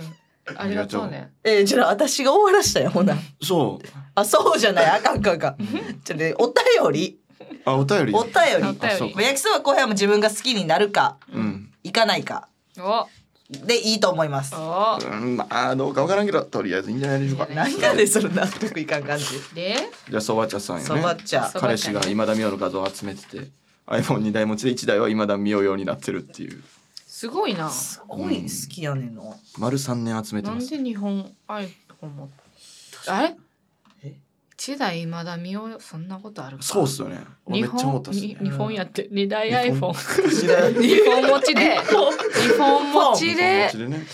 Speaker 1: ありがとうね
Speaker 3: えじゃあ私が終わらしたよほな
Speaker 2: そう
Speaker 3: あそうじゃないあかんあかんあ かんじゃあねお便り
Speaker 2: あお便り
Speaker 3: お便り
Speaker 1: お
Speaker 2: あそう
Speaker 1: 便
Speaker 2: か
Speaker 1: り
Speaker 3: 焼きそば後輩も自分が好きになるか
Speaker 2: うん
Speaker 3: いかないか
Speaker 1: お
Speaker 3: でいいと思います
Speaker 1: お
Speaker 2: うんまあどうかわからんけどとりあえずいいんじゃないでしょうか
Speaker 1: いいんじゃない
Speaker 3: なんかでその納得いかん感じ
Speaker 1: で
Speaker 2: じゃあそば茶さんよね
Speaker 3: そば茶
Speaker 1: そば茶
Speaker 2: 彼氏が今田美桜の画像を集めてて iPhone2 台持ちで1台は今田美桜用になってるっていう
Speaker 1: すごいな
Speaker 3: すごい好きやねんの
Speaker 2: 丸3年集めて
Speaker 1: な
Speaker 2: ま
Speaker 1: ん
Speaker 2: す
Speaker 1: で日本 iPhone もあれ
Speaker 3: え
Speaker 1: 一台今だ見ようよそんなことあるか
Speaker 2: そうっすよね
Speaker 1: 日
Speaker 2: 俺めっちゃ思っ
Speaker 1: 本
Speaker 2: たっす
Speaker 1: に
Speaker 2: ね
Speaker 1: 日本やって二台
Speaker 2: 日
Speaker 1: iPhone
Speaker 2: 本
Speaker 1: 日本持ち で日本持ちで
Speaker 2: 日本持ちでね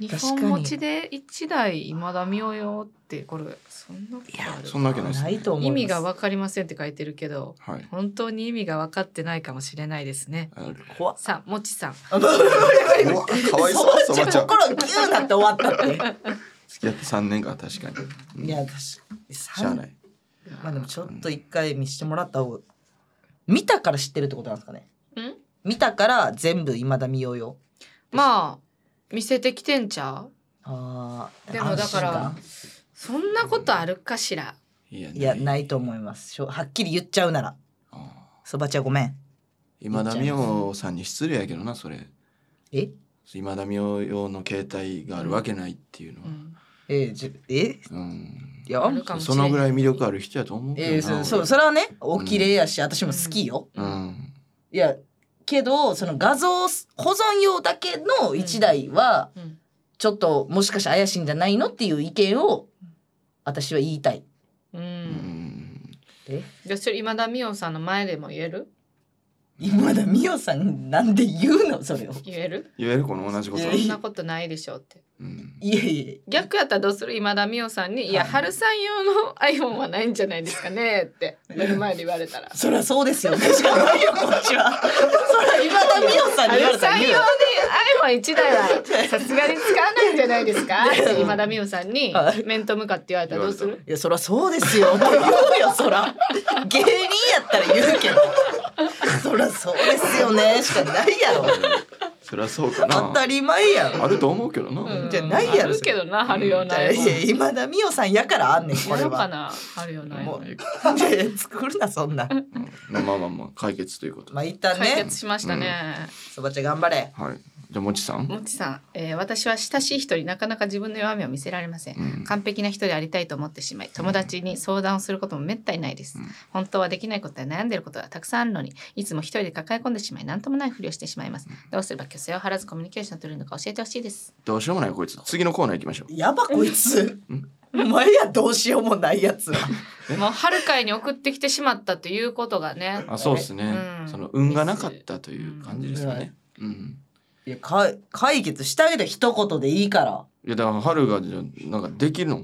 Speaker 1: 日本持ちで一台今だ見ようよってこれそんなこ
Speaker 2: うん
Speaker 1: と
Speaker 2: そ
Speaker 1: あ
Speaker 2: んなわけないです
Speaker 3: な
Speaker 2: ね
Speaker 3: いと思います
Speaker 1: る意味がわかりませんって書いてるけど
Speaker 2: はい
Speaker 1: 本当に意味が分かってないかもしれないですね
Speaker 2: あ
Speaker 3: 怖っ
Speaker 1: さあもちさん
Speaker 2: うわかわいそうそば茶
Speaker 3: 心キューなって終わったって
Speaker 2: 付き合って3年か確かにうん
Speaker 3: いや、確
Speaker 2: しゃあ
Speaker 3: か
Speaker 2: な
Speaker 3: に。
Speaker 2: い
Speaker 3: まあでもちょっと一回見してもらった方が。見たから知ってるってことなんですかね。
Speaker 1: ん
Speaker 3: 見たから全部今だ見ようよ。
Speaker 1: まあ見せてきてんちゃう
Speaker 3: ああ。
Speaker 1: でもだから
Speaker 3: 安心
Speaker 1: そんなことあるかしら
Speaker 2: いや
Speaker 3: 感。いや、
Speaker 2: い
Speaker 3: ないと思います。しょはっきり言っちゃうなら。
Speaker 2: あ
Speaker 3: そばちゃんごめん。
Speaker 2: 今田美桜さんに失礼やけどなそれ
Speaker 3: え、
Speaker 2: 今田美桜用の携帯があるわけないっていうのは
Speaker 1: うん
Speaker 3: えーじゃ、え、
Speaker 2: うん
Speaker 3: いや
Speaker 1: あ。るかもしれ
Speaker 2: そ
Speaker 1: な
Speaker 2: の
Speaker 1: い
Speaker 2: ぐらい魅力ある人やと思うけどな
Speaker 3: えー、そ
Speaker 2: 俺
Speaker 3: そう、それはね、お綺麗やし、私も好きよ。
Speaker 2: うん
Speaker 3: いや、けど、その画像保存用だけの一台は。
Speaker 1: うん
Speaker 3: ちょっともしかして怪しいんじゃないのっていう意見を私は言いたい。
Speaker 1: う。
Speaker 2: うんん
Speaker 1: じゃあそれ今田美桜さんの前でも言える？
Speaker 3: 今田美桜さんなんで言うのそれを。
Speaker 1: 言える？
Speaker 2: 言えるこの同じこと
Speaker 1: そ
Speaker 3: え
Speaker 1: んなことないでしょうって。
Speaker 2: うん
Speaker 3: いやいや
Speaker 1: 逆やったらどうする今田美桜さんに「いや
Speaker 3: はい。
Speaker 1: 春さん用の iPhone はないんじゃないですかね」って目の前で言われたら
Speaker 3: そりゃそうですよ。しかないよこっちは。 そりゃ今田美桜さんに言わ
Speaker 1: 春
Speaker 3: れた
Speaker 1: さ
Speaker 3: ら
Speaker 1: ん
Speaker 3: 言
Speaker 1: 用で
Speaker 3: うよ。
Speaker 1: iPhone1 台はさすがに使わないんじゃないです かって今田美桜さんに
Speaker 3: はい
Speaker 1: 面と向かって言われたらどうする
Speaker 3: いやそりゃそうですよ。 言うよそら。芸人やったら言うけど。そりゃそうですよねしかないやろ。
Speaker 2: そりゃそうか
Speaker 3: 当
Speaker 2: な
Speaker 3: たり前やろ。
Speaker 2: あると思うけどな、
Speaker 1: うん
Speaker 3: じゃあないやろ
Speaker 1: あるけどな春用の
Speaker 3: いやい
Speaker 1: iPhone
Speaker 3: や今田美桜さんやからあんねんこ
Speaker 1: や
Speaker 3: れ
Speaker 1: ろうか
Speaker 3: は。
Speaker 1: な春用の iPhone
Speaker 3: もういやいや作るなそんな。
Speaker 2: まあまあまあまあ解決ということで
Speaker 3: まあ一旦
Speaker 1: 解
Speaker 3: ね
Speaker 1: 決しましたね。
Speaker 3: そばちゃん頑張れ。
Speaker 2: はいじゃあもちさん
Speaker 1: もちさん、えー私は親しい人になかなか自分の弱みを見せられません。
Speaker 2: うん
Speaker 1: 完璧な人でありたいと思ってしまい友達に相談をすることもめったにないです、
Speaker 2: うん
Speaker 1: 本当はできないことや悩んでいることがたくさんあるのにいつも一人で抱え込んでしまい何ともないふりをしてしまいますどうすれば虚勢を張らずコミュニケーションを取れるのか教えてほしいです
Speaker 2: どうしようもないこいつ次のコーナー行きましょう
Speaker 3: やばこいつ
Speaker 2: ん。
Speaker 3: お前やどうしようもないやつは。
Speaker 1: もう春会に送ってきてしまったということがね
Speaker 2: あそうですね、
Speaker 1: うん
Speaker 2: その運がなかったという感じですかねうん、
Speaker 3: いやか解決してあげて一言でいいから。
Speaker 2: いやだから春がじゃあなんかできるの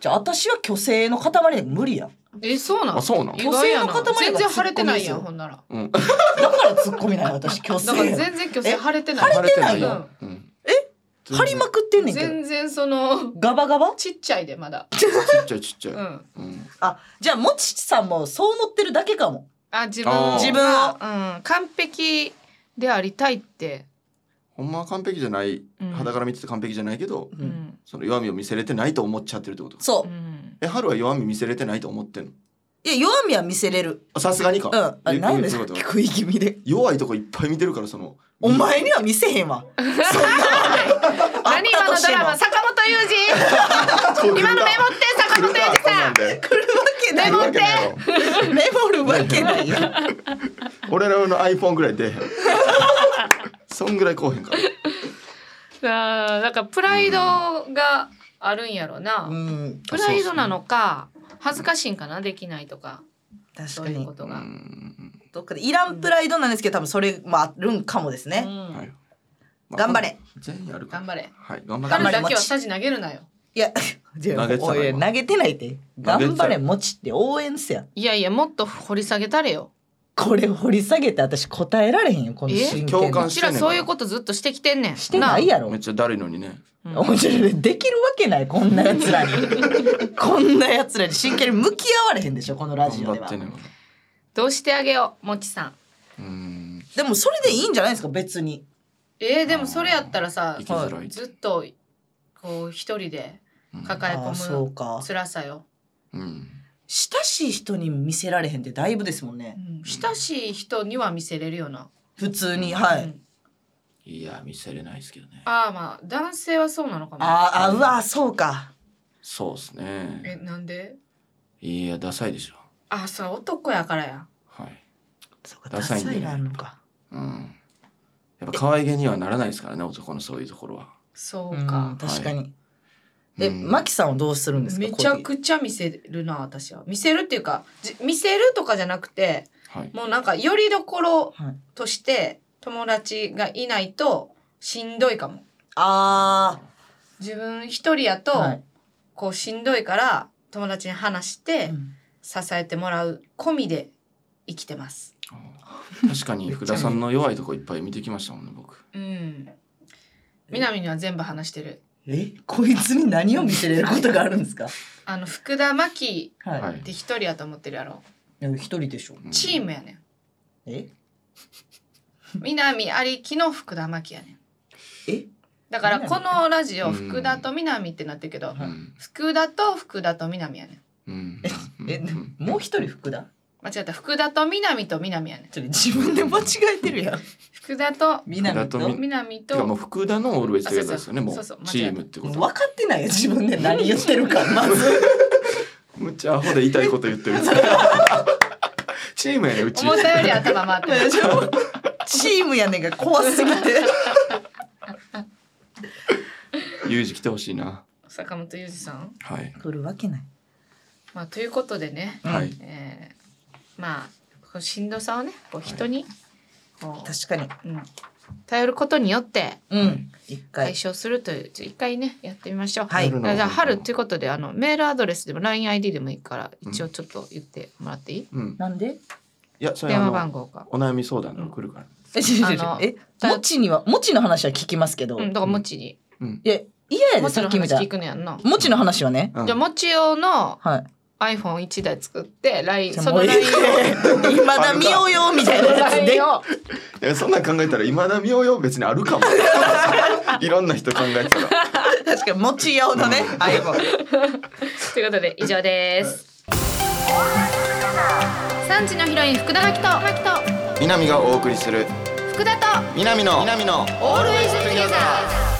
Speaker 3: じゃあ私は虚勢の塊で無理やん。
Speaker 1: えそうなの
Speaker 2: あそうなの
Speaker 1: 意外やな
Speaker 3: 女性の塊が
Speaker 1: 全然晴れてないや
Speaker 3: ツッコミですよ
Speaker 1: んほんなら
Speaker 2: うん
Speaker 3: だから突っ込みない私虚
Speaker 1: だから
Speaker 3: 勢。
Speaker 1: 全然虚勢
Speaker 3: え
Speaker 1: 晴れてない
Speaker 3: 晴れてない
Speaker 1: よ
Speaker 2: うん、え
Speaker 3: 張りまくってんねんけど。
Speaker 1: 全然その
Speaker 3: ガバガバ？
Speaker 1: ちっちゃいでまだ
Speaker 2: ちっちゃいちっち
Speaker 1: う
Speaker 2: ゃい、
Speaker 1: ん
Speaker 2: うん
Speaker 3: あじゃあもちさんもそう思ってるだけかも。
Speaker 1: あ自分
Speaker 2: あー
Speaker 3: 自分
Speaker 1: を、
Speaker 3: を
Speaker 1: うん、完璧でありたいって、
Speaker 2: ほんまは完璧じゃない
Speaker 1: うん
Speaker 2: 肌から見てて完璧じゃないけど、
Speaker 3: うん
Speaker 1: うん
Speaker 2: その弱みを見せれてないと思っちゃってるってことか
Speaker 3: そうう。
Speaker 1: ん、
Speaker 2: え春は弱み見せれてないと思ってんの
Speaker 3: いや弱みは見せれる。
Speaker 2: あさすがに
Speaker 3: う
Speaker 2: か、
Speaker 3: ん。あ
Speaker 2: え
Speaker 3: なん
Speaker 2: え
Speaker 3: で
Speaker 2: そ
Speaker 3: さ
Speaker 2: ういうこ
Speaker 3: っき
Speaker 2: と
Speaker 3: 食い気味で。
Speaker 2: 弱いとこいっぱい見てるからその
Speaker 3: お前には見せへんわ。そんなあ
Speaker 1: 何今のドラマ坂本雄二今のメモって坂本雄二さ ん
Speaker 2: 来
Speaker 3: 来るわけない
Speaker 2: るわけないやろ
Speaker 3: メモるわけないよ。
Speaker 2: 俺らの iPhone ぐらい出へん そんぐらいこうへんから
Speaker 1: あーなんかプライドがあるんやろな、
Speaker 3: うん
Speaker 1: プライドなのか恥ずかしいんかなできないとか
Speaker 3: 確
Speaker 1: そ
Speaker 3: か
Speaker 1: ういう
Speaker 3: に
Speaker 1: こ。と
Speaker 2: う
Speaker 1: が、
Speaker 2: ん
Speaker 3: どっかでイランプライドなんですけど多分それもあるんかもです
Speaker 1: う
Speaker 3: ね。
Speaker 1: ん
Speaker 2: はいまあ
Speaker 3: 頑張れ。
Speaker 2: 全員やるか
Speaker 1: 頑
Speaker 2: ら
Speaker 1: 張れ
Speaker 2: はい頑張れ
Speaker 1: 彼
Speaker 3: 頑張れ
Speaker 1: だけはサジ投げるなよ
Speaker 3: いや、 じゃあ
Speaker 2: 投げてたな
Speaker 3: おい
Speaker 2: 今
Speaker 3: 投げてないって。
Speaker 2: 投げてた
Speaker 3: 頑張れ、もちって応援せや。
Speaker 1: いやいやもっと掘り下げたれよ
Speaker 3: これ掘り下げて私答えられへんよ、この
Speaker 1: え
Speaker 3: 真剣な
Speaker 2: 共感
Speaker 1: うちらそういうことずっとしてきてんねん
Speaker 3: してないやろ
Speaker 2: めっ。ちゃだるいのにね
Speaker 1: なうん
Speaker 3: 面白い。できるわけない、こんな奴らに。こんな奴らに真剣に向き合われへんでしょ、このラ
Speaker 2: 頑
Speaker 3: ジオで
Speaker 2: 張っ
Speaker 3: は
Speaker 2: て。ね
Speaker 1: どうしてあげようもちさん
Speaker 2: うん
Speaker 3: でもそれでいいんじゃないですか、別に。
Speaker 1: えー、でもそれやったらさ
Speaker 2: 生きづらい
Speaker 1: ずっとこう一人で
Speaker 2: うん
Speaker 1: 抱え
Speaker 3: ああ、そ
Speaker 1: 込
Speaker 3: うか
Speaker 1: む。辛さよ、
Speaker 2: うん
Speaker 3: 親しい人に見せられへんってだいぶですもんね。
Speaker 1: 親しい人には見せれるよな、
Speaker 3: 普通に、は
Speaker 1: うん
Speaker 3: い。
Speaker 2: いや見せれないですけどね
Speaker 1: ああまあ男性はそうなのかも
Speaker 3: ああ、うわ、そうか。
Speaker 2: そうです
Speaker 1: え
Speaker 2: ね
Speaker 1: なんで
Speaker 2: いやダサいでしょ
Speaker 1: あそれ男やからや
Speaker 2: はい
Speaker 3: そうか、
Speaker 2: ダ
Speaker 3: ダ
Speaker 2: サ
Speaker 3: サ
Speaker 2: いんでね
Speaker 3: いなあんのか。
Speaker 2: うんやっぱ可愛げにはならないですからね男のそういうところは
Speaker 1: そうか、
Speaker 3: うん確かに。
Speaker 2: い
Speaker 3: え、
Speaker 2: うん
Speaker 3: マキさんはどうするんですか
Speaker 1: めちゃ
Speaker 3: こういう時
Speaker 1: くちゃ見せるな私は見せるっていうかじ見せるとかじゃなくて
Speaker 2: はい
Speaker 1: もうなんかよりどころ
Speaker 3: はい
Speaker 1: として友達がいないとしんどいかも
Speaker 3: あ
Speaker 1: 自分一人やと、
Speaker 3: あ、はい
Speaker 1: こうしんどいから友達に話して支えてもらう込みで生きてます。
Speaker 2: 確かに福田さんの弱いとこいっぱい見てきましたもんね僕
Speaker 1: うん。南には全部話してる。
Speaker 3: え、こいつに何を見せれることがあるんですか。
Speaker 1: あの福田真希
Speaker 3: はい。
Speaker 2: はい
Speaker 3: い
Speaker 1: って一人やと思ってるやろ。
Speaker 3: や一人でしょ。
Speaker 2: うん
Speaker 1: チームやねん。
Speaker 3: え、
Speaker 1: 南ありきの福田真希やねん。
Speaker 3: え、
Speaker 1: だからこのラジ
Speaker 2: う
Speaker 1: オ
Speaker 2: ん
Speaker 1: 福田と南ってなってるけど、
Speaker 2: うん
Speaker 1: 福田と福田と南やねん。
Speaker 2: うん
Speaker 3: え、
Speaker 2: うん
Speaker 3: もう一人福田。
Speaker 1: 間違った福田と南と南やねん。
Speaker 3: ちょっと自分で間違えてるやん。
Speaker 1: 福田と
Speaker 3: 南
Speaker 2: 福田
Speaker 3: と。
Speaker 2: と
Speaker 3: も
Speaker 1: 南
Speaker 2: てかもう
Speaker 1: と
Speaker 2: 福田のオールウェイズトゥゲザーですよねもう
Speaker 1: そうそうそう
Speaker 2: チームってこ
Speaker 3: う分
Speaker 2: と
Speaker 3: かってないよ、自分で何言ってるか、まず。
Speaker 2: むっちゃアホで痛いこと 言ってるチームやねうち
Speaker 1: 思ったより頭回ってる。
Speaker 3: チームやねんが怖すぎて。
Speaker 2: ユージ来てほしいな。
Speaker 1: 坂本裕二さん。
Speaker 2: はい。
Speaker 3: 来るわけない。
Speaker 1: まあということでね、
Speaker 3: うん
Speaker 2: はい。
Speaker 1: えー、まあこうしんどさをね、こう人にこ
Speaker 3: 確かに。
Speaker 1: う、うん、頼ることによって
Speaker 3: うん。一
Speaker 1: 解
Speaker 3: 回。
Speaker 1: 消するというちょ一回ねやってみましょう。
Speaker 3: はい
Speaker 2: やるの
Speaker 1: あじゃあ春
Speaker 2: 本当
Speaker 1: ということであのメールアドレスでも LINEID でもいいから一応ちょっと言ってもらっていい、
Speaker 2: うん。
Speaker 3: なんで？
Speaker 2: いや、それ
Speaker 1: 電
Speaker 2: あ
Speaker 1: 話
Speaker 2: の
Speaker 1: 番号か。
Speaker 2: お悩み相談が来るから。
Speaker 3: え、違う違う違う
Speaker 1: あの
Speaker 3: え、もちにはもちの話は聞きますけど。
Speaker 1: うん、
Speaker 3: い
Speaker 1: だからもちに。
Speaker 2: うん。
Speaker 3: や嫌やで
Speaker 1: もち
Speaker 3: さ
Speaker 1: の
Speaker 3: っきみ
Speaker 1: 話
Speaker 3: た
Speaker 1: 聞
Speaker 3: い
Speaker 1: くのやんな。
Speaker 3: な。もちの話はね。
Speaker 2: うん
Speaker 1: じゃあもち用の
Speaker 3: はい。
Speaker 1: iPhone1 台作って、ライン
Speaker 3: じゃあ
Speaker 1: そ
Speaker 3: も
Speaker 1: の
Speaker 3: ういい
Speaker 1: ラインを。
Speaker 3: 未だ見ようよみたいなやつ
Speaker 1: ライ
Speaker 3: で
Speaker 1: ン。を
Speaker 2: いやそんなん考えたら今田美桜よ別にあ るかも。 いろんな人考えたら。
Speaker 3: 確かに持ち用のね、アイボン。
Speaker 1: ということで以上です。三時のヒロイン福田真希と
Speaker 2: 南がお送りする
Speaker 1: 福田と
Speaker 2: 南の南のオールウェイズトゥギャザー。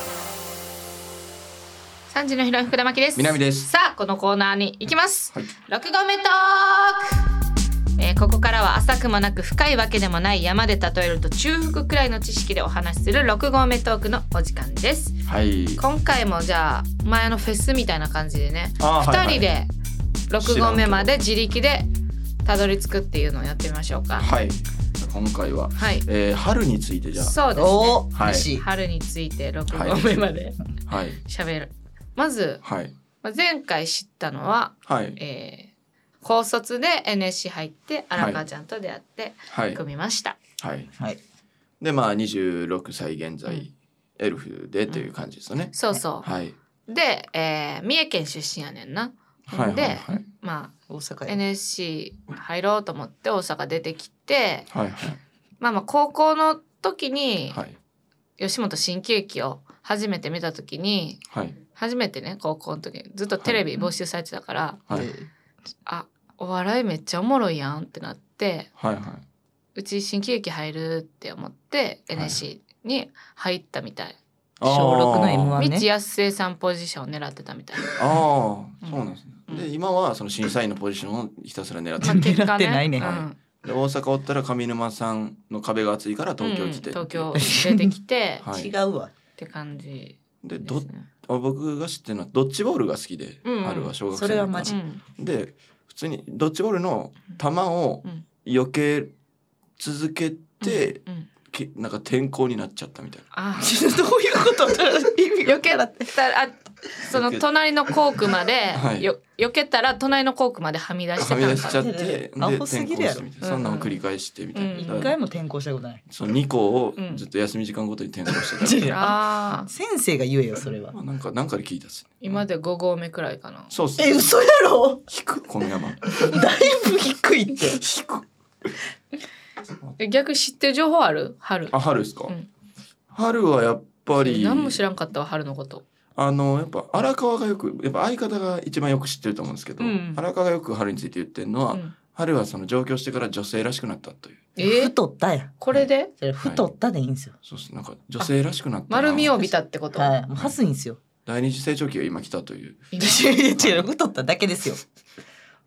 Speaker 1: 三時のヒロイン福田真希です。
Speaker 2: 南です
Speaker 1: さあこのコーナーに行きます。
Speaker 2: はい。
Speaker 1: 六合目トーク。えーここからは浅くもなく深いわけでもない山で例えると中腹くらいの知識でお話しする六合目トークのお時間です。
Speaker 2: はい。
Speaker 1: 今回もじゃあ前のフェスみたいな感じでね
Speaker 2: あーはい
Speaker 1: 2人で6合目まで自力でたどり着くっていうのをやってみましょうか
Speaker 2: はい。今回は、
Speaker 1: はい
Speaker 2: えー、春についてじゃ
Speaker 1: そうですね
Speaker 3: おお、
Speaker 2: はい
Speaker 3: 嬉しい。
Speaker 1: 春について6合目まで
Speaker 2: あ。はい。
Speaker 1: 喋るまず
Speaker 2: はい。
Speaker 1: まあ前回知ったのは、
Speaker 2: はい。
Speaker 1: えー高卒で NSC 入って荒川ちゃんと出会って
Speaker 2: はい。
Speaker 1: 組みました、
Speaker 2: はい。
Speaker 3: はい。
Speaker 2: で、まあ26歳現在、
Speaker 1: うん
Speaker 2: エルフでという感じですよね。
Speaker 1: そうそう、
Speaker 2: はい。
Speaker 1: で、えー三重県出身やねんな
Speaker 2: はいはい
Speaker 1: で
Speaker 2: はい。
Speaker 1: ま
Speaker 3: 大
Speaker 1: あ
Speaker 3: 阪や。
Speaker 1: NSC 入ろうと思って大阪出てきて
Speaker 2: はいは
Speaker 1: まあまあ高校の時
Speaker 2: い。
Speaker 1: に
Speaker 2: はい。
Speaker 1: 吉本新喜劇を初めて見た時に
Speaker 2: はい。
Speaker 1: 初めてね高校の時にずっとテレビ募集されてたから、
Speaker 2: はい。
Speaker 1: あお笑いめっちゃおもろいやんってなって
Speaker 2: はい。は
Speaker 1: うち新喜劇入るって思って
Speaker 2: い
Speaker 1: NSC に入ったみたい、
Speaker 2: い。
Speaker 3: 小六の M1
Speaker 2: あー
Speaker 3: ね
Speaker 1: 未知安生さんポジションを狙ってたみたいな、
Speaker 2: あ
Speaker 1: う
Speaker 2: ー、
Speaker 1: ん
Speaker 2: そうなんです
Speaker 1: うん
Speaker 2: ね。で、今はその審査員のポジションをひたすら狙って
Speaker 1: まあ、
Speaker 2: る。
Speaker 1: 結果ね
Speaker 3: 狙ってないね
Speaker 1: うん
Speaker 2: で、大阪おったら上沼さんの壁が厚いから東京来て。
Speaker 1: うん東京出てき て
Speaker 2: はい。
Speaker 3: 違うわ。
Speaker 1: って感じ
Speaker 2: で、
Speaker 1: で
Speaker 2: ど
Speaker 1: す、ね、
Speaker 2: あ僕が知ってるのはドッジボールが好きで、
Speaker 1: うんうん
Speaker 2: 春は小学生
Speaker 3: それはマ
Speaker 1: う
Speaker 3: ジ
Speaker 1: ん
Speaker 2: で普通にドッジボールの球を
Speaker 1: うん
Speaker 2: 避け続けて、
Speaker 1: うんうん
Speaker 2: けなんか転校になっちゃったみたい
Speaker 1: あー
Speaker 3: どういうこと意味が
Speaker 1: 避けたらあその隣の校区まで、
Speaker 2: はい
Speaker 1: よ避けたら隣の校区まではみ出
Speaker 2: な
Speaker 1: してた
Speaker 2: は
Speaker 1: ん
Speaker 2: み
Speaker 1: だ
Speaker 2: 出しちゃって
Speaker 3: だから
Speaker 2: で転
Speaker 3: アホ
Speaker 2: 校
Speaker 3: す
Speaker 2: し
Speaker 3: ぎるやろ
Speaker 2: てみたいなそんなのを繰り返してみたいな、
Speaker 1: うん
Speaker 3: 一回も転校したことない。
Speaker 2: その2校を
Speaker 1: うん
Speaker 2: ずっと休み時間ごとに転校 してた
Speaker 3: 違う
Speaker 1: あー
Speaker 3: 先生が言えよそれは。
Speaker 2: まあなんかなんかで聞いたっすね
Speaker 1: 今で5合目くらいかな
Speaker 2: そうっす
Speaker 3: え
Speaker 2: ね
Speaker 3: 嘘やろ。
Speaker 2: 引くこの山引
Speaker 3: だいぶ低いって。
Speaker 2: く
Speaker 1: え逆に知ってる情報ある春
Speaker 2: あ春ですか、
Speaker 1: うん
Speaker 2: 春はやっぱり
Speaker 1: 何も知らんかったわ春のこと
Speaker 2: あのやっぱ荒川がよくやっぱ相方が一番よく知ってると思うんですけど、
Speaker 1: うん
Speaker 2: 荒川がよく春について言ってるのは、
Speaker 1: うん
Speaker 2: 春はその上京してから女性らしくなったという
Speaker 1: えー、
Speaker 3: 太ったやん。
Speaker 1: これで
Speaker 3: それ太ったでいいんですよ。
Speaker 2: そうっすなんか女性らしくなったな
Speaker 1: 丸みを帯びたってこと、
Speaker 3: はい。もうはずいんですよ。
Speaker 2: 第二次成長期が今来たというっ
Speaker 1: 今
Speaker 3: 違う違う太っただけですよ。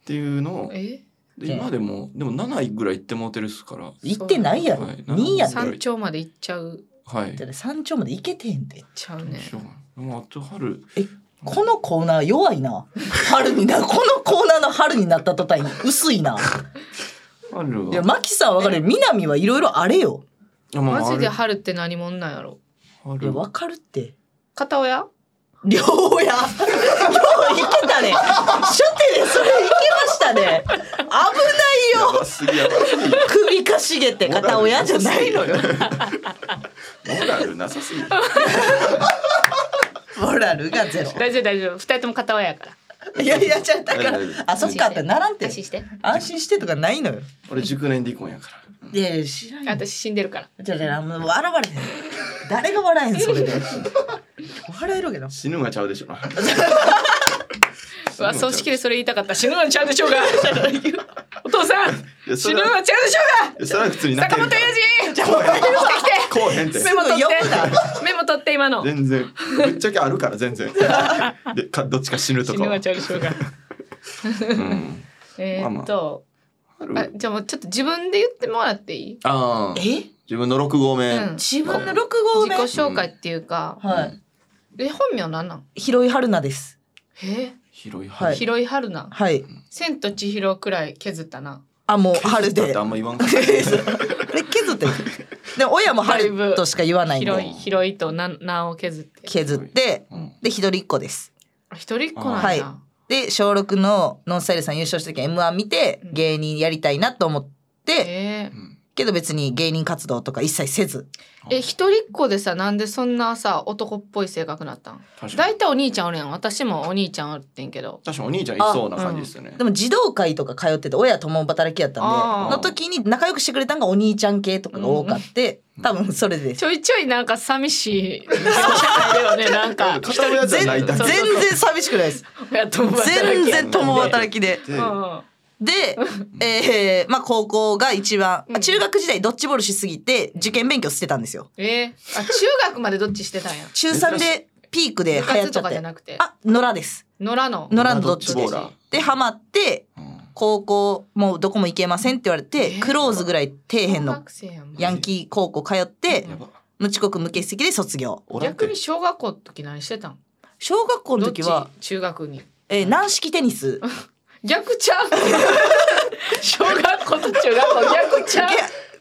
Speaker 2: ていうのを
Speaker 1: え
Speaker 2: で今でもでも7位ぐらい行ってもうてるっすから
Speaker 3: 行ってないやろ。
Speaker 2: はい
Speaker 3: 二位やで。
Speaker 1: 山頂まで行っちゃう
Speaker 2: はい
Speaker 3: だって山頂まで行けてへんで
Speaker 1: 行っ。ちゃうね
Speaker 2: しょうがないでもあと春
Speaker 3: このコーナー弱いな。春にな、このコーナーの春になった途端に薄いな。
Speaker 2: 春はい
Speaker 3: や、マキさんわかるよ。南はいろいろあれよ。
Speaker 2: いやまあ
Speaker 1: マジで
Speaker 2: 春
Speaker 1: 春って何者なんやろ
Speaker 3: いや、
Speaker 2: 春
Speaker 3: わかるって。
Speaker 1: 片親
Speaker 3: 両親。よういけたね。初手でそれいけましたね。危ない
Speaker 2: や
Speaker 3: よ。
Speaker 2: ばすぎやばすぎ
Speaker 3: 首かしげて 片親じゃないのよ。
Speaker 2: モラルなさすぎる
Speaker 3: モラルがゼロ。
Speaker 1: 大丈夫大丈夫二人とも片親やから
Speaker 3: いやいや、じゃあだから
Speaker 2: 大丈夫、
Speaker 3: あ、そっかってならんて
Speaker 1: 安。心して
Speaker 3: 安心してとかないのよ。
Speaker 2: 俺熟年離婚やから
Speaker 3: いやいや、知らんよ。
Speaker 1: 私死んでるから
Speaker 3: じゃあじゃあ、もう笑われへん。誰が笑えん、それで。笑えるわけど。
Speaker 2: 死ぬんはちゃう でしょな
Speaker 1: うわ葬式でそれ言いたかった死ぬのちゃうでしょうがお父さん
Speaker 2: いや
Speaker 1: 死
Speaker 2: それ
Speaker 1: ぬのちゃうでしょう
Speaker 2: それは普通に
Speaker 1: が
Speaker 2: 泣
Speaker 1: 坂
Speaker 2: け
Speaker 1: 本
Speaker 2: る
Speaker 1: 裕二
Speaker 2: 本裕
Speaker 1: 来てきて
Speaker 2: こうへんって
Speaker 1: メモ取って
Speaker 3: すぐ呼ぶ
Speaker 1: メモ取って今の
Speaker 2: 全然ぶっちゃけあるか ら全然でかどっちか死ぬと
Speaker 1: 死
Speaker 2: か
Speaker 1: ぬ
Speaker 2: は
Speaker 1: はちゃうでしょうが
Speaker 2: うん
Speaker 1: えーっと、
Speaker 2: 春
Speaker 1: あじゃあもうちょっと自分で言ってもらっていい
Speaker 2: ああ
Speaker 3: え
Speaker 2: 自分の六合目、
Speaker 1: うん
Speaker 3: 自分の六合
Speaker 1: 自己
Speaker 3: 目
Speaker 1: 紹介っていうか、
Speaker 3: はい。
Speaker 1: え本名なんなん
Speaker 3: 広い春菜です。
Speaker 1: え
Speaker 2: 広い範囲
Speaker 3: はい
Speaker 1: 広い春菜
Speaker 3: はい。
Speaker 1: 千と千尋くらい削ったな
Speaker 3: あ、もう春
Speaker 2: だっ
Speaker 3: で。
Speaker 2: てあん
Speaker 3: あ
Speaker 2: ま言わん かった
Speaker 3: れ削ってる。でも親も春としか言わないん
Speaker 1: 広
Speaker 3: で
Speaker 1: い広いとな名を削って
Speaker 3: 削って
Speaker 2: うん
Speaker 3: で一人っ子です。
Speaker 1: あ一人っ子なんだ、
Speaker 3: はいで小6のノンスタイルさん優勝した時 m 1見て
Speaker 1: うん
Speaker 3: 芸人やりたいなと思って、
Speaker 1: えー
Speaker 2: うん
Speaker 3: けど別に芸人活動とか一切せず
Speaker 1: え一人っ子でさなんでそんなさ男っぽい性格なったん
Speaker 2: 確かに
Speaker 1: 大体お兄ちゃんおるやん私もお兄ちゃんおるってんけど
Speaker 2: 確かにお兄ちゃんいそうな感じですよね
Speaker 3: でも児童会とか通ってて親共働きやったん
Speaker 1: あ
Speaker 2: ー
Speaker 3: での時に仲良くしてくれたんがお兄ちゃん系とかが多かって、
Speaker 2: うん
Speaker 3: 多分それで
Speaker 1: ちょいちょいなんか寂しい描写ないよねなんか
Speaker 2: 片親じゃ
Speaker 3: 全
Speaker 2: ない
Speaker 3: 全
Speaker 2: だけ
Speaker 3: 然寂しくない です
Speaker 1: 親友働きやん
Speaker 3: 全然共働きで
Speaker 1: う
Speaker 2: で
Speaker 1: ん
Speaker 3: で、えーまあ高校が一番、
Speaker 1: うん
Speaker 3: 中学時代ドッジボールしすぎて受験勉強してたんですよ
Speaker 1: えー、あ中学までどっちしてたんや
Speaker 3: 中3でピークで
Speaker 1: 部
Speaker 3: 流行っ
Speaker 1: 活
Speaker 3: ち
Speaker 1: と
Speaker 3: ゃっ
Speaker 1: かじ
Speaker 3: て
Speaker 1: ゃなくて
Speaker 3: あ野良です
Speaker 1: 野良の
Speaker 3: 野良のドッジ
Speaker 2: 野
Speaker 3: で
Speaker 2: 良
Speaker 3: す
Speaker 2: ドッジボーラー
Speaker 3: でハマって
Speaker 2: うん
Speaker 3: 高校もうどこも行けませんって言われ
Speaker 1: え
Speaker 3: て、
Speaker 1: ー
Speaker 3: クローズぐらい底辺
Speaker 1: 小
Speaker 3: の
Speaker 1: 学生やん
Speaker 3: ヤンキー高校通って
Speaker 2: やば
Speaker 3: 後刻無欠席で卒業
Speaker 2: おらん
Speaker 1: 逆
Speaker 2: て
Speaker 1: に小学校の時何してたん
Speaker 3: 小学校の時
Speaker 1: ど
Speaker 3: は
Speaker 1: っ、ち中学に
Speaker 3: えー軟式テニス
Speaker 1: 逆ちゃう小学校と中学校逆ちゃう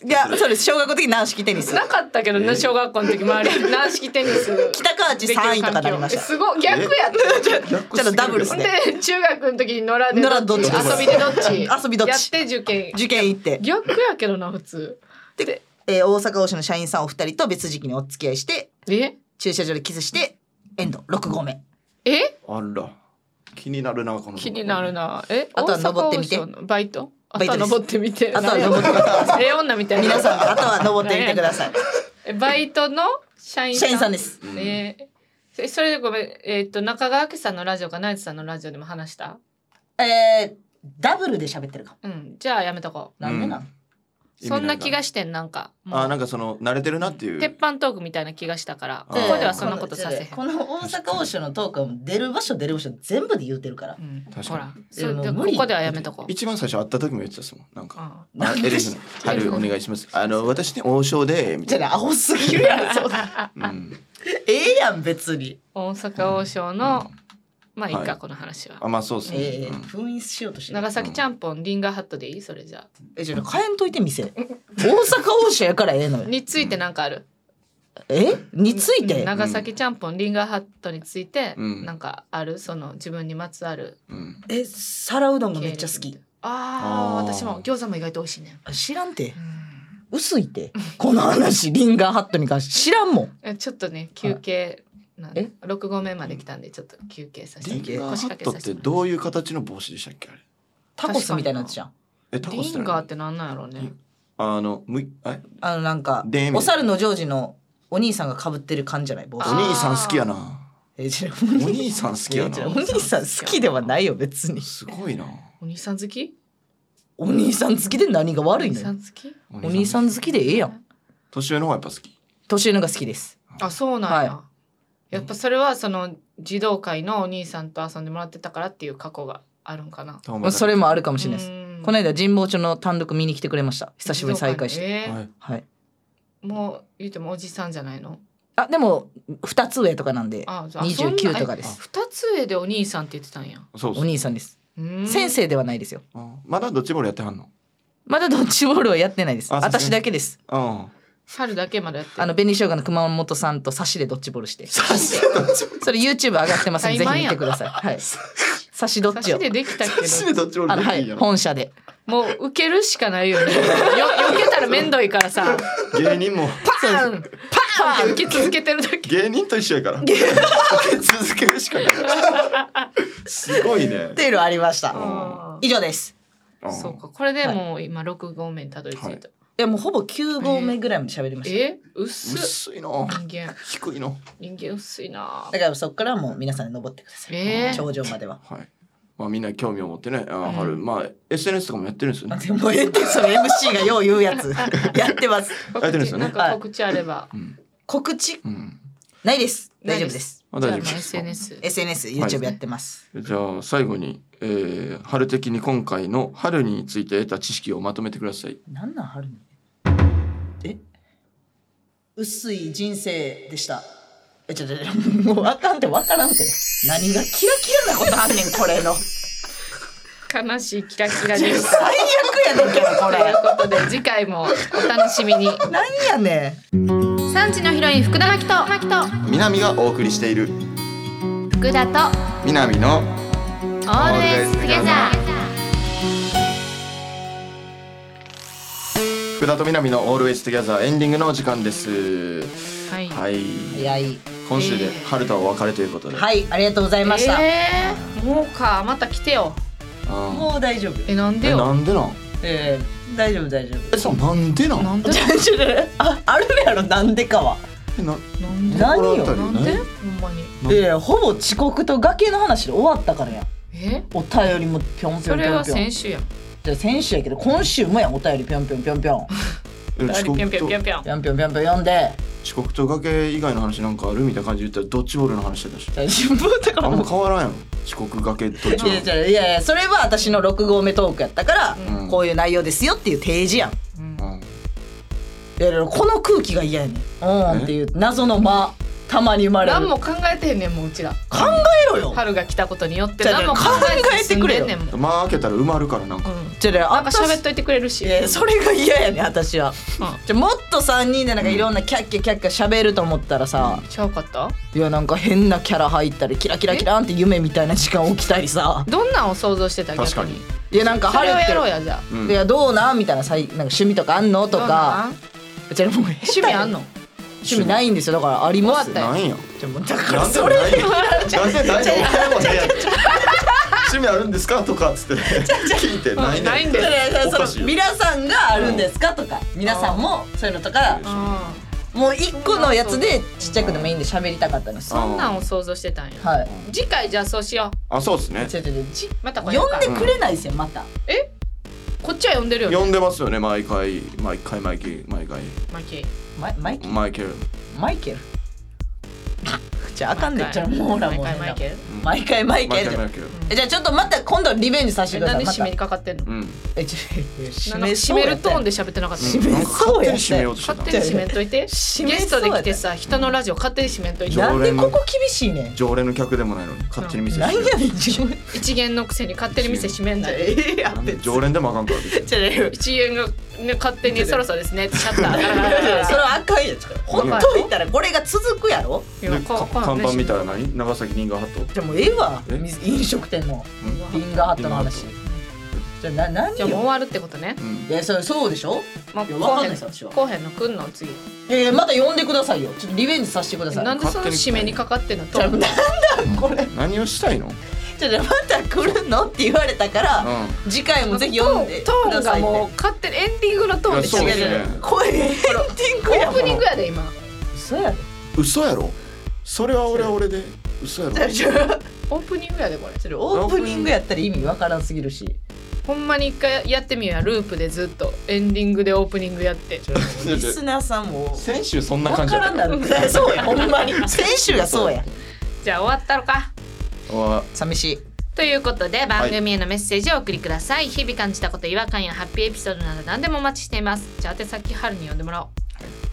Speaker 3: いやそうです小学校の時軟式テニス
Speaker 1: なかったけどね小学校の時周りに 軟式テニス
Speaker 3: 北川内3位とかなりま し
Speaker 1: え
Speaker 3: た
Speaker 1: すごい逆やった
Speaker 2: 逆すぎるけど
Speaker 3: ちょっとダブルスね
Speaker 1: で中学の時に野良で
Speaker 3: 野良どっち
Speaker 1: 遊びでどっち
Speaker 3: 遊びどっち
Speaker 1: やって受験
Speaker 3: 受験行って
Speaker 1: 逆やけどな普通
Speaker 3: で、えー大阪王将の社員さんお二人と別時期にお付き合いして
Speaker 1: え
Speaker 3: 駐車場でキスしてエンド6合目
Speaker 1: え
Speaker 2: あら気になるなこの
Speaker 1: 気になるなえ
Speaker 3: あとは登ってみて
Speaker 1: 大阪王将のバイトあ
Speaker 3: バイ
Speaker 1: とは
Speaker 3: トです
Speaker 1: 登ってみて
Speaker 3: あとは登ってみてくださ
Speaker 1: ええ女みたいな
Speaker 3: 皆さんあとは登ってみてく ださい
Speaker 1: えバイトの社員
Speaker 3: 社員さんです
Speaker 2: うん
Speaker 1: えーそそれでごめんえーっと中川家さんのラジオかナイツさんのラジオでも話した
Speaker 3: えー、ダブルで喋ってるか
Speaker 1: う
Speaker 3: も
Speaker 1: んじゃあやめとこ
Speaker 3: なんでなん、
Speaker 1: うそんな気が
Speaker 2: し
Speaker 1: してんなんかもう
Speaker 2: あなんかその慣れてるなっていう
Speaker 1: 鉄板トークみたいな気がしたから
Speaker 2: あ
Speaker 1: こ
Speaker 2: ー
Speaker 1: こではそんなことさせへん
Speaker 3: この大阪王将のトークはもう出る場所出る場所全部で言うてる から
Speaker 1: う。ん
Speaker 2: 確かに
Speaker 1: ほら
Speaker 3: え
Speaker 1: それ
Speaker 3: もう
Speaker 1: で
Speaker 3: 無
Speaker 1: こ
Speaker 3: 理
Speaker 1: こではやめとこう
Speaker 2: 一番最初会った時も言ってたっすもんなんか
Speaker 1: あ
Speaker 2: 「 あエリスの
Speaker 1: エリ
Speaker 2: 春
Speaker 1: ス
Speaker 2: お願いします」あの「私ね王将で」み
Speaker 3: じ
Speaker 2: たい
Speaker 3: ゃあアホすぎるやん。そんな
Speaker 2: なうん
Speaker 3: ええやん別に。
Speaker 1: 大阪王将のまあいい
Speaker 2: は
Speaker 1: か
Speaker 2: い
Speaker 1: この話は
Speaker 2: あまあそうっす
Speaker 3: え
Speaker 2: ね
Speaker 3: え
Speaker 2: うん
Speaker 3: 封印しようとしてる
Speaker 1: 長崎ちゃんぽんリンガーハットでいいそれじゃあ
Speaker 3: えじゃあ変えんといて店。大阪王将やからええ のよ。
Speaker 1: についてなんかある
Speaker 3: えについ
Speaker 1: うん
Speaker 3: て。
Speaker 1: 長崎ちゃんぽんリンガーハットについて
Speaker 2: うん
Speaker 1: なんかあるその自分にまつわる
Speaker 2: うん
Speaker 3: え皿うどんがめっちゃ好き。
Speaker 1: あ
Speaker 2: あ
Speaker 1: あ
Speaker 2: ー
Speaker 1: 私も餃子も意外と美味しいねん
Speaker 3: 知らんて。薄いて。この話リンガーハットに関して知らんもん。
Speaker 1: えちょっとね休憩なん
Speaker 3: え
Speaker 1: で6合目まで来たんでちょっと休憩させて
Speaker 2: リンガーハ
Speaker 1: 腰掛
Speaker 2: ッ
Speaker 1: け
Speaker 2: ト
Speaker 1: さ
Speaker 2: っ
Speaker 1: せて
Speaker 2: て
Speaker 1: もらい
Speaker 2: どういう形の帽子でしたっけあれ
Speaker 3: タコスみたいなやつじゃん。
Speaker 2: え
Speaker 1: ま
Speaker 2: タ
Speaker 1: す
Speaker 2: コス
Speaker 1: リ
Speaker 2: だ
Speaker 1: ン
Speaker 2: よね
Speaker 1: ガーってなんなんやろうね
Speaker 2: あのむいあれ
Speaker 3: あのなんか
Speaker 2: デーメン
Speaker 3: お猿のジョージのお兄さんが被ってる感じじゃない帽
Speaker 2: お
Speaker 3: 子
Speaker 1: あ。ー
Speaker 2: 兄さん好きやな
Speaker 3: えじゃあ
Speaker 2: お兄さん好きや
Speaker 3: いや違う
Speaker 2: な
Speaker 3: お兄さん好きではないよ別に
Speaker 2: すごいな
Speaker 1: お兄さん好き
Speaker 3: お兄さん好きで何が
Speaker 1: お
Speaker 3: 悪い
Speaker 1: 兄
Speaker 3: の
Speaker 1: さ
Speaker 3: よ
Speaker 1: ん好き
Speaker 2: お
Speaker 3: お兄さん好きでええやん
Speaker 2: 年上の方がやっぱ好き
Speaker 3: 年上のが好きです
Speaker 1: あそうなんや、
Speaker 3: は
Speaker 1: やっぱそれはその児童会のお兄さんと遊んでもらってたからっていう過去があるんかな
Speaker 3: まあそれもあるかも
Speaker 1: も
Speaker 3: しれないですこの間神保町の単独見に来てくれました久しぶりに再会して
Speaker 1: て
Speaker 2: はい
Speaker 3: はい
Speaker 1: もう言ってもおじさんじゃないの
Speaker 3: あでも2つ上とかなんで
Speaker 1: あじゃあそんな
Speaker 3: 29とかです
Speaker 1: 二つ上でお兄さんって言ってたんや
Speaker 2: そうそ
Speaker 3: お
Speaker 2: う
Speaker 3: 兄さんです
Speaker 1: うーん
Speaker 3: 先生ではないですよ
Speaker 2: うんまだどっちボールやってはんの
Speaker 3: まだドッジボールはやってないです
Speaker 2: あそう
Speaker 3: 私だけです
Speaker 2: うん
Speaker 1: 春だけまでやってる
Speaker 3: あの紅生姜の熊本さんと差しでドッジボールして
Speaker 2: さすがどっちボール
Speaker 3: それ YouTube 上がってますんでぜ
Speaker 1: 当たり前
Speaker 3: ひ見
Speaker 1: やん
Speaker 3: てください はい差しドッ
Speaker 1: 差
Speaker 3: ジ
Speaker 1: し
Speaker 3: を
Speaker 1: でできたけ
Speaker 2: さす
Speaker 1: ど
Speaker 2: がどっちボー
Speaker 3: あ
Speaker 2: ル
Speaker 3: のは
Speaker 2: でい
Speaker 3: い
Speaker 2: いやん
Speaker 3: 本社で
Speaker 1: もう受けるしかないよねよ避けたらめんどいから さ
Speaker 2: 芸人 も
Speaker 1: パーンパーンって受け続けてるだけ
Speaker 2: 芸人と一緒 やから受け続けるしかないすごいね
Speaker 3: っていうのありました
Speaker 1: あー
Speaker 3: 以上です
Speaker 2: うん
Speaker 1: そうかこれでもう今六合目にたどり着いた、
Speaker 3: いやもうほぼ9合目ぐらいまで喋りました
Speaker 1: え薄っ
Speaker 2: 薄いの
Speaker 1: 人間
Speaker 2: 低いの
Speaker 1: 人間薄いな
Speaker 3: だからそこからもう皆さんで登ってください。
Speaker 1: えー、
Speaker 3: 頂上までは。
Speaker 2: はいまあみんな興味を持ってねあ
Speaker 1: うん
Speaker 2: 春まあ SNS とかもやってるんですよね
Speaker 3: でもええってその MC がよう言うやつやってます。
Speaker 2: やってるんで
Speaker 1: 告
Speaker 2: す
Speaker 1: 知
Speaker 2: よね
Speaker 1: なんか告知あれば、
Speaker 2: うん
Speaker 3: 告知
Speaker 2: うん
Speaker 3: ないです。
Speaker 1: な
Speaker 3: 大
Speaker 1: い
Speaker 3: 丈夫
Speaker 1: です
Speaker 3: です。
Speaker 2: まあ
Speaker 1: じ
Speaker 2: 大
Speaker 1: ゃ
Speaker 2: 丈
Speaker 1: あ
Speaker 2: 夫で
Speaker 1: まあ
Speaker 2: す
Speaker 1: SNS
Speaker 3: SNS、
Speaker 2: はい
Speaker 3: YouTube やってます。
Speaker 2: じゃあ最後に、えー、春的に今回の春について得た知識をまとめてください。
Speaker 3: なんなん春に。え？薄い人生でした。えちょちょちょもうあかんってわからんって何がキラキラなことあんねんこれの
Speaker 1: 悲しいキラキラ
Speaker 3: 最
Speaker 1: でした
Speaker 3: 悪やねんけどことれ
Speaker 1: いう ことで次回もお楽し みに
Speaker 3: 何やねん
Speaker 1: 産地のヒロイン福田真希と真希と
Speaker 2: 南がお送りしている
Speaker 1: 福田と
Speaker 2: 南の
Speaker 1: オールエストゲザー
Speaker 2: 福田と南のオールウェイズ・トゥギャザーエンディングのお時間です
Speaker 1: はい、
Speaker 2: はい
Speaker 3: 早い
Speaker 2: 今週で
Speaker 1: えー
Speaker 2: 春とはお別れということで、
Speaker 3: はいありがとうございました、
Speaker 1: えー、もうかまた来てよ
Speaker 2: うん
Speaker 3: もう大丈夫
Speaker 1: えなんで
Speaker 2: えな
Speaker 1: よ
Speaker 2: んでなん
Speaker 3: えー、大丈夫 大丈
Speaker 2: えそうなんでなん
Speaker 1: なんで
Speaker 3: 夫ちょちょああるやろなんでかは
Speaker 2: えな
Speaker 1: なんで
Speaker 3: 何よ
Speaker 1: なんで
Speaker 2: ね
Speaker 1: ほんまに
Speaker 3: えー、ほぼ遅刻と崖の話で終わったからや
Speaker 1: え
Speaker 3: お便りもぴょんぴょ
Speaker 1: そ
Speaker 3: んぴ
Speaker 1: れ
Speaker 3: ょん
Speaker 1: は
Speaker 3: ぴょん
Speaker 1: 先週やん
Speaker 3: じゃあ先週やけど今週もやんお便りぴょんぴょんぴょんぴょん
Speaker 1: あ
Speaker 2: え
Speaker 1: れ
Speaker 2: 遅
Speaker 1: ぴょん
Speaker 2: 刻
Speaker 1: ぴょ
Speaker 2: と
Speaker 1: んぴょんぴょん
Speaker 3: ぴょんぴょんぴょんぴ ょん読んで
Speaker 2: 遅刻と崖以外の話なんかあるみたいな感じで言ったらドッジボールの話 だし
Speaker 3: じゃあ自分だか
Speaker 2: あ
Speaker 3: ら
Speaker 2: ん
Speaker 3: も
Speaker 2: ま
Speaker 3: う
Speaker 2: 変わらんやん遅刻崖ドッジボ
Speaker 3: い
Speaker 2: ー
Speaker 3: やい
Speaker 2: ル
Speaker 3: やいやいやそれは私の6合目トークやったから、
Speaker 2: うん
Speaker 3: こういう内容ですよっていう提示やん
Speaker 1: うん
Speaker 2: うん
Speaker 3: いやいやこの空気が嫌やねんうんっていう謎の間たまに生まれる
Speaker 1: 何も考えてへんねんもううちら
Speaker 3: 考えろよ
Speaker 1: 春が来たことによって
Speaker 3: じゃあ
Speaker 1: 何も考えて進んでんねんもん、うん、
Speaker 2: まあ開けたら埋まるからなんか
Speaker 3: じゃあ
Speaker 1: なんか喋っ
Speaker 3: 私
Speaker 1: といてくれるし
Speaker 3: いやいやそれが嫌やねん私は
Speaker 1: うん
Speaker 3: じゃあもっと3人でなんかいろんなキャッキャキャッキャ喋ると思ったらさ、
Speaker 1: ちゃうかった
Speaker 3: いやなんか変なキャラ入ったりキラキラキランって夢みたいな時間起きたりさ
Speaker 1: どんなんを想像してた
Speaker 2: 確かに
Speaker 3: いやなんか
Speaker 1: そ
Speaker 3: 晴
Speaker 1: れを
Speaker 3: れて
Speaker 1: や
Speaker 3: る
Speaker 1: ろうやじゃあ
Speaker 2: うん
Speaker 3: いやどうなんみたいなさいなんか趣味とかあんのと
Speaker 1: どんな
Speaker 3: か
Speaker 1: ん
Speaker 3: じゃあ もう下手
Speaker 1: 趣味あんの
Speaker 3: 趣味ないんですよだからあります
Speaker 1: 終わったよ
Speaker 2: なんや
Speaker 3: じゃあもうだから
Speaker 2: なんで
Speaker 3: そ
Speaker 2: も
Speaker 3: れ
Speaker 2: ないやんなんでないの岡山で趣味あるんですかとかっつって聞いてない
Speaker 1: うん
Speaker 2: ね
Speaker 1: ないんだ
Speaker 3: だ
Speaker 1: よ
Speaker 3: から
Speaker 2: おかし
Speaker 3: そ
Speaker 2: い
Speaker 3: の
Speaker 2: よ
Speaker 3: 皆さんがあるんですかとか皆さんもそういうのとか
Speaker 2: うん
Speaker 1: う
Speaker 3: もう一個のやつでちっちゃくでもいいんで喋りたかったで
Speaker 1: ん
Speaker 3: す
Speaker 2: あ
Speaker 3: は
Speaker 1: そんなんを想像してたんや
Speaker 3: い
Speaker 1: 次回じゃあそうしよ
Speaker 2: あそうですね
Speaker 3: ちょちょちょじ
Speaker 1: うまたこ
Speaker 3: 呼
Speaker 1: れか
Speaker 3: んでくれないですよまた
Speaker 1: こっちは呼んでるよ
Speaker 2: 呼んでますよね毎回毎回毎回毎回
Speaker 1: マキ
Speaker 3: マイマイケル
Speaker 2: マイケル
Speaker 3: マイケ ルじゃああかんでじゃあもうほらもう
Speaker 1: 毎回マイケル
Speaker 3: 毎回マイケ
Speaker 2: 毎
Speaker 3: ル
Speaker 2: 回マイケル
Speaker 3: えじゃあちょっとまた今度リベンジさせ
Speaker 1: え
Speaker 3: てくだ
Speaker 1: なん
Speaker 3: さ
Speaker 1: で
Speaker 3: いま
Speaker 1: 締
Speaker 3: た
Speaker 1: めにかかってんの
Speaker 2: うん
Speaker 3: えちょ
Speaker 1: な
Speaker 3: 締
Speaker 1: んか締めるトーンで喋ってなかった
Speaker 3: 締め
Speaker 2: なんか勝手に
Speaker 3: そ
Speaker 2: 締
Speaker 3: うやっ
Speaker 2: め
Speaker 3: たよ
Speaker 2: ようとして
Speaker 1: 勝
Speaker 2: た
Speaker 1: 手に締めんといてゲ
Speaker 3: 締め
Speaker 1: ス
Speaker 3: そ
Speaker 1: トで
Speaker 3: うやった
Speaker 1: 来てさ人のラジオ勝手に締めんといて
Speaker 2: 上
Speaker 3: なんでここ厳しいねん
Speaker 2: 常連の客でもないのに勝手に店
Speaker 3: なん
Speaker 2: 閉め
Speaker 3: や
Speaker 2: る
Speaker 3: ねん自分
Speaker 1: 一元のくせに勝手に店閉めんなよ
Speaker 3: ええや
Speaker 2: なん
Speaker 3: ん
Speaker 2: で
Speaker 3: 別に
Speaker 2: 常連でもあかんから別に
Speaker 3: じゃあね
Speaker 1: 一元がね勝手にそろそろですねってシャッター
Speaker 3: それは赤いやつほっといたらこれが続くやろ
Speaker 1: いや
Speaker 2: で
Speaker 1: こ
Speaker 2: か
Speaker 1: こは
Speaker 2: 看板見たら
Speaker 1: ね
Speaker 2: 何長崎リンガーハット
Speaker 3: じゃあもうええわ
Speaker 2: え
Speaker 3: 水飲食店の
Speaker 2: うん
Speaker 3: リンガーハットの話
Speaker 2: リン
Speaker 3: じゃあな何
Speaker 1: じゃあもう終
Speaker 3: よ
Speaker 1: わるってことね
Speaker 2: うん
Speaker 3: いやそれそうでしょ
Speaker 1: もう
Speaker 3: いや
Speaker 1: 後
Speaker 3: わかんない
Speaker 1: 編
Speaker 3: です私は
Speaker 1: 後編の来んの次
Speaker 3: えー、また呼んでくださいよちょっとリベンジさせてください
Speaker 1: なんでその締めにかかってんの
Speaker 3: じ
Speaker 1: と
Speaker 3: ゃあなんだこれ
Speaker 2: 何をしたいのう
Speaker 3: じゃあまた来るのって言われたから
Speaker 2: ん
Speaker 3: 次回もぜひ呼んで
Speaker 1: ト
Speaker 3: く
Speaker 1: ー
Speaker 3: だ
Speaker 1: ンが
Speaker 3: さい
Speaker 1: もう
Speaker 3: ね
Speaker 1: 勝手にエンディングのトーンで
Speaker 2: いやそう
Speaker 1: 違
Speaker 2: で
Speaker 1: う
Speaker 2: す
Speaker 1: 違う
Speaker 2: ね
Speaker 3: これエンディングや
Speaker 1: オー
Speaker 3: も
Speaker 1: プ
Speaker 3: ん
Speaker 1: ニングやで今
Speaker 3: そうやろ
Speaker 2: 嘘やろそれは俺は俺で嘘やろ
Speaker 3: じゃあじゃあ
Speaker 1: オープニングやでこれ
Speaker 3: それ オープニングやったら意味わからんすぎるし
Speaker 1: ほんまに一回やってみようやループでずっとエンディングでオープニングやって
Speaker 3: リスナーさんも
Speaker 2: 先週そんな
Speaker 3: わ
Speaker 2: 感じ
Speaker 3: か
Speaker 2: やっ
Speaker 3: ら
Speaker 2: た
Speaker 3: んなるそうやほんまに先週がそうや
Speaker 1: じゃあ終わったのか
Speaker 2: わ
Speaker 3: 寂しい
Speaker 1: ということで番組へのメッセージをお送りください、日々感じたこと違和感やハッピーエピソードなど何でもお待ちしていますじゃあ宛先春に呼んでもらおう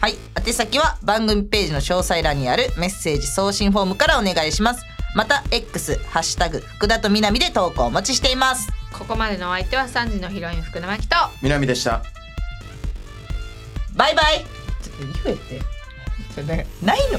Speaker 3: はい宛先は番組ページの詳細欄にあるメッセージ送信フォームからお願いしますまた X「ハッシュタグ福田とみなみ」で投稿お待ちしています
Speaker 1: ここまでのお相手は3時のヒロイン福田真希と
Speaker 2: 南でした
Speaker 3: バイバイちょっと言えってないの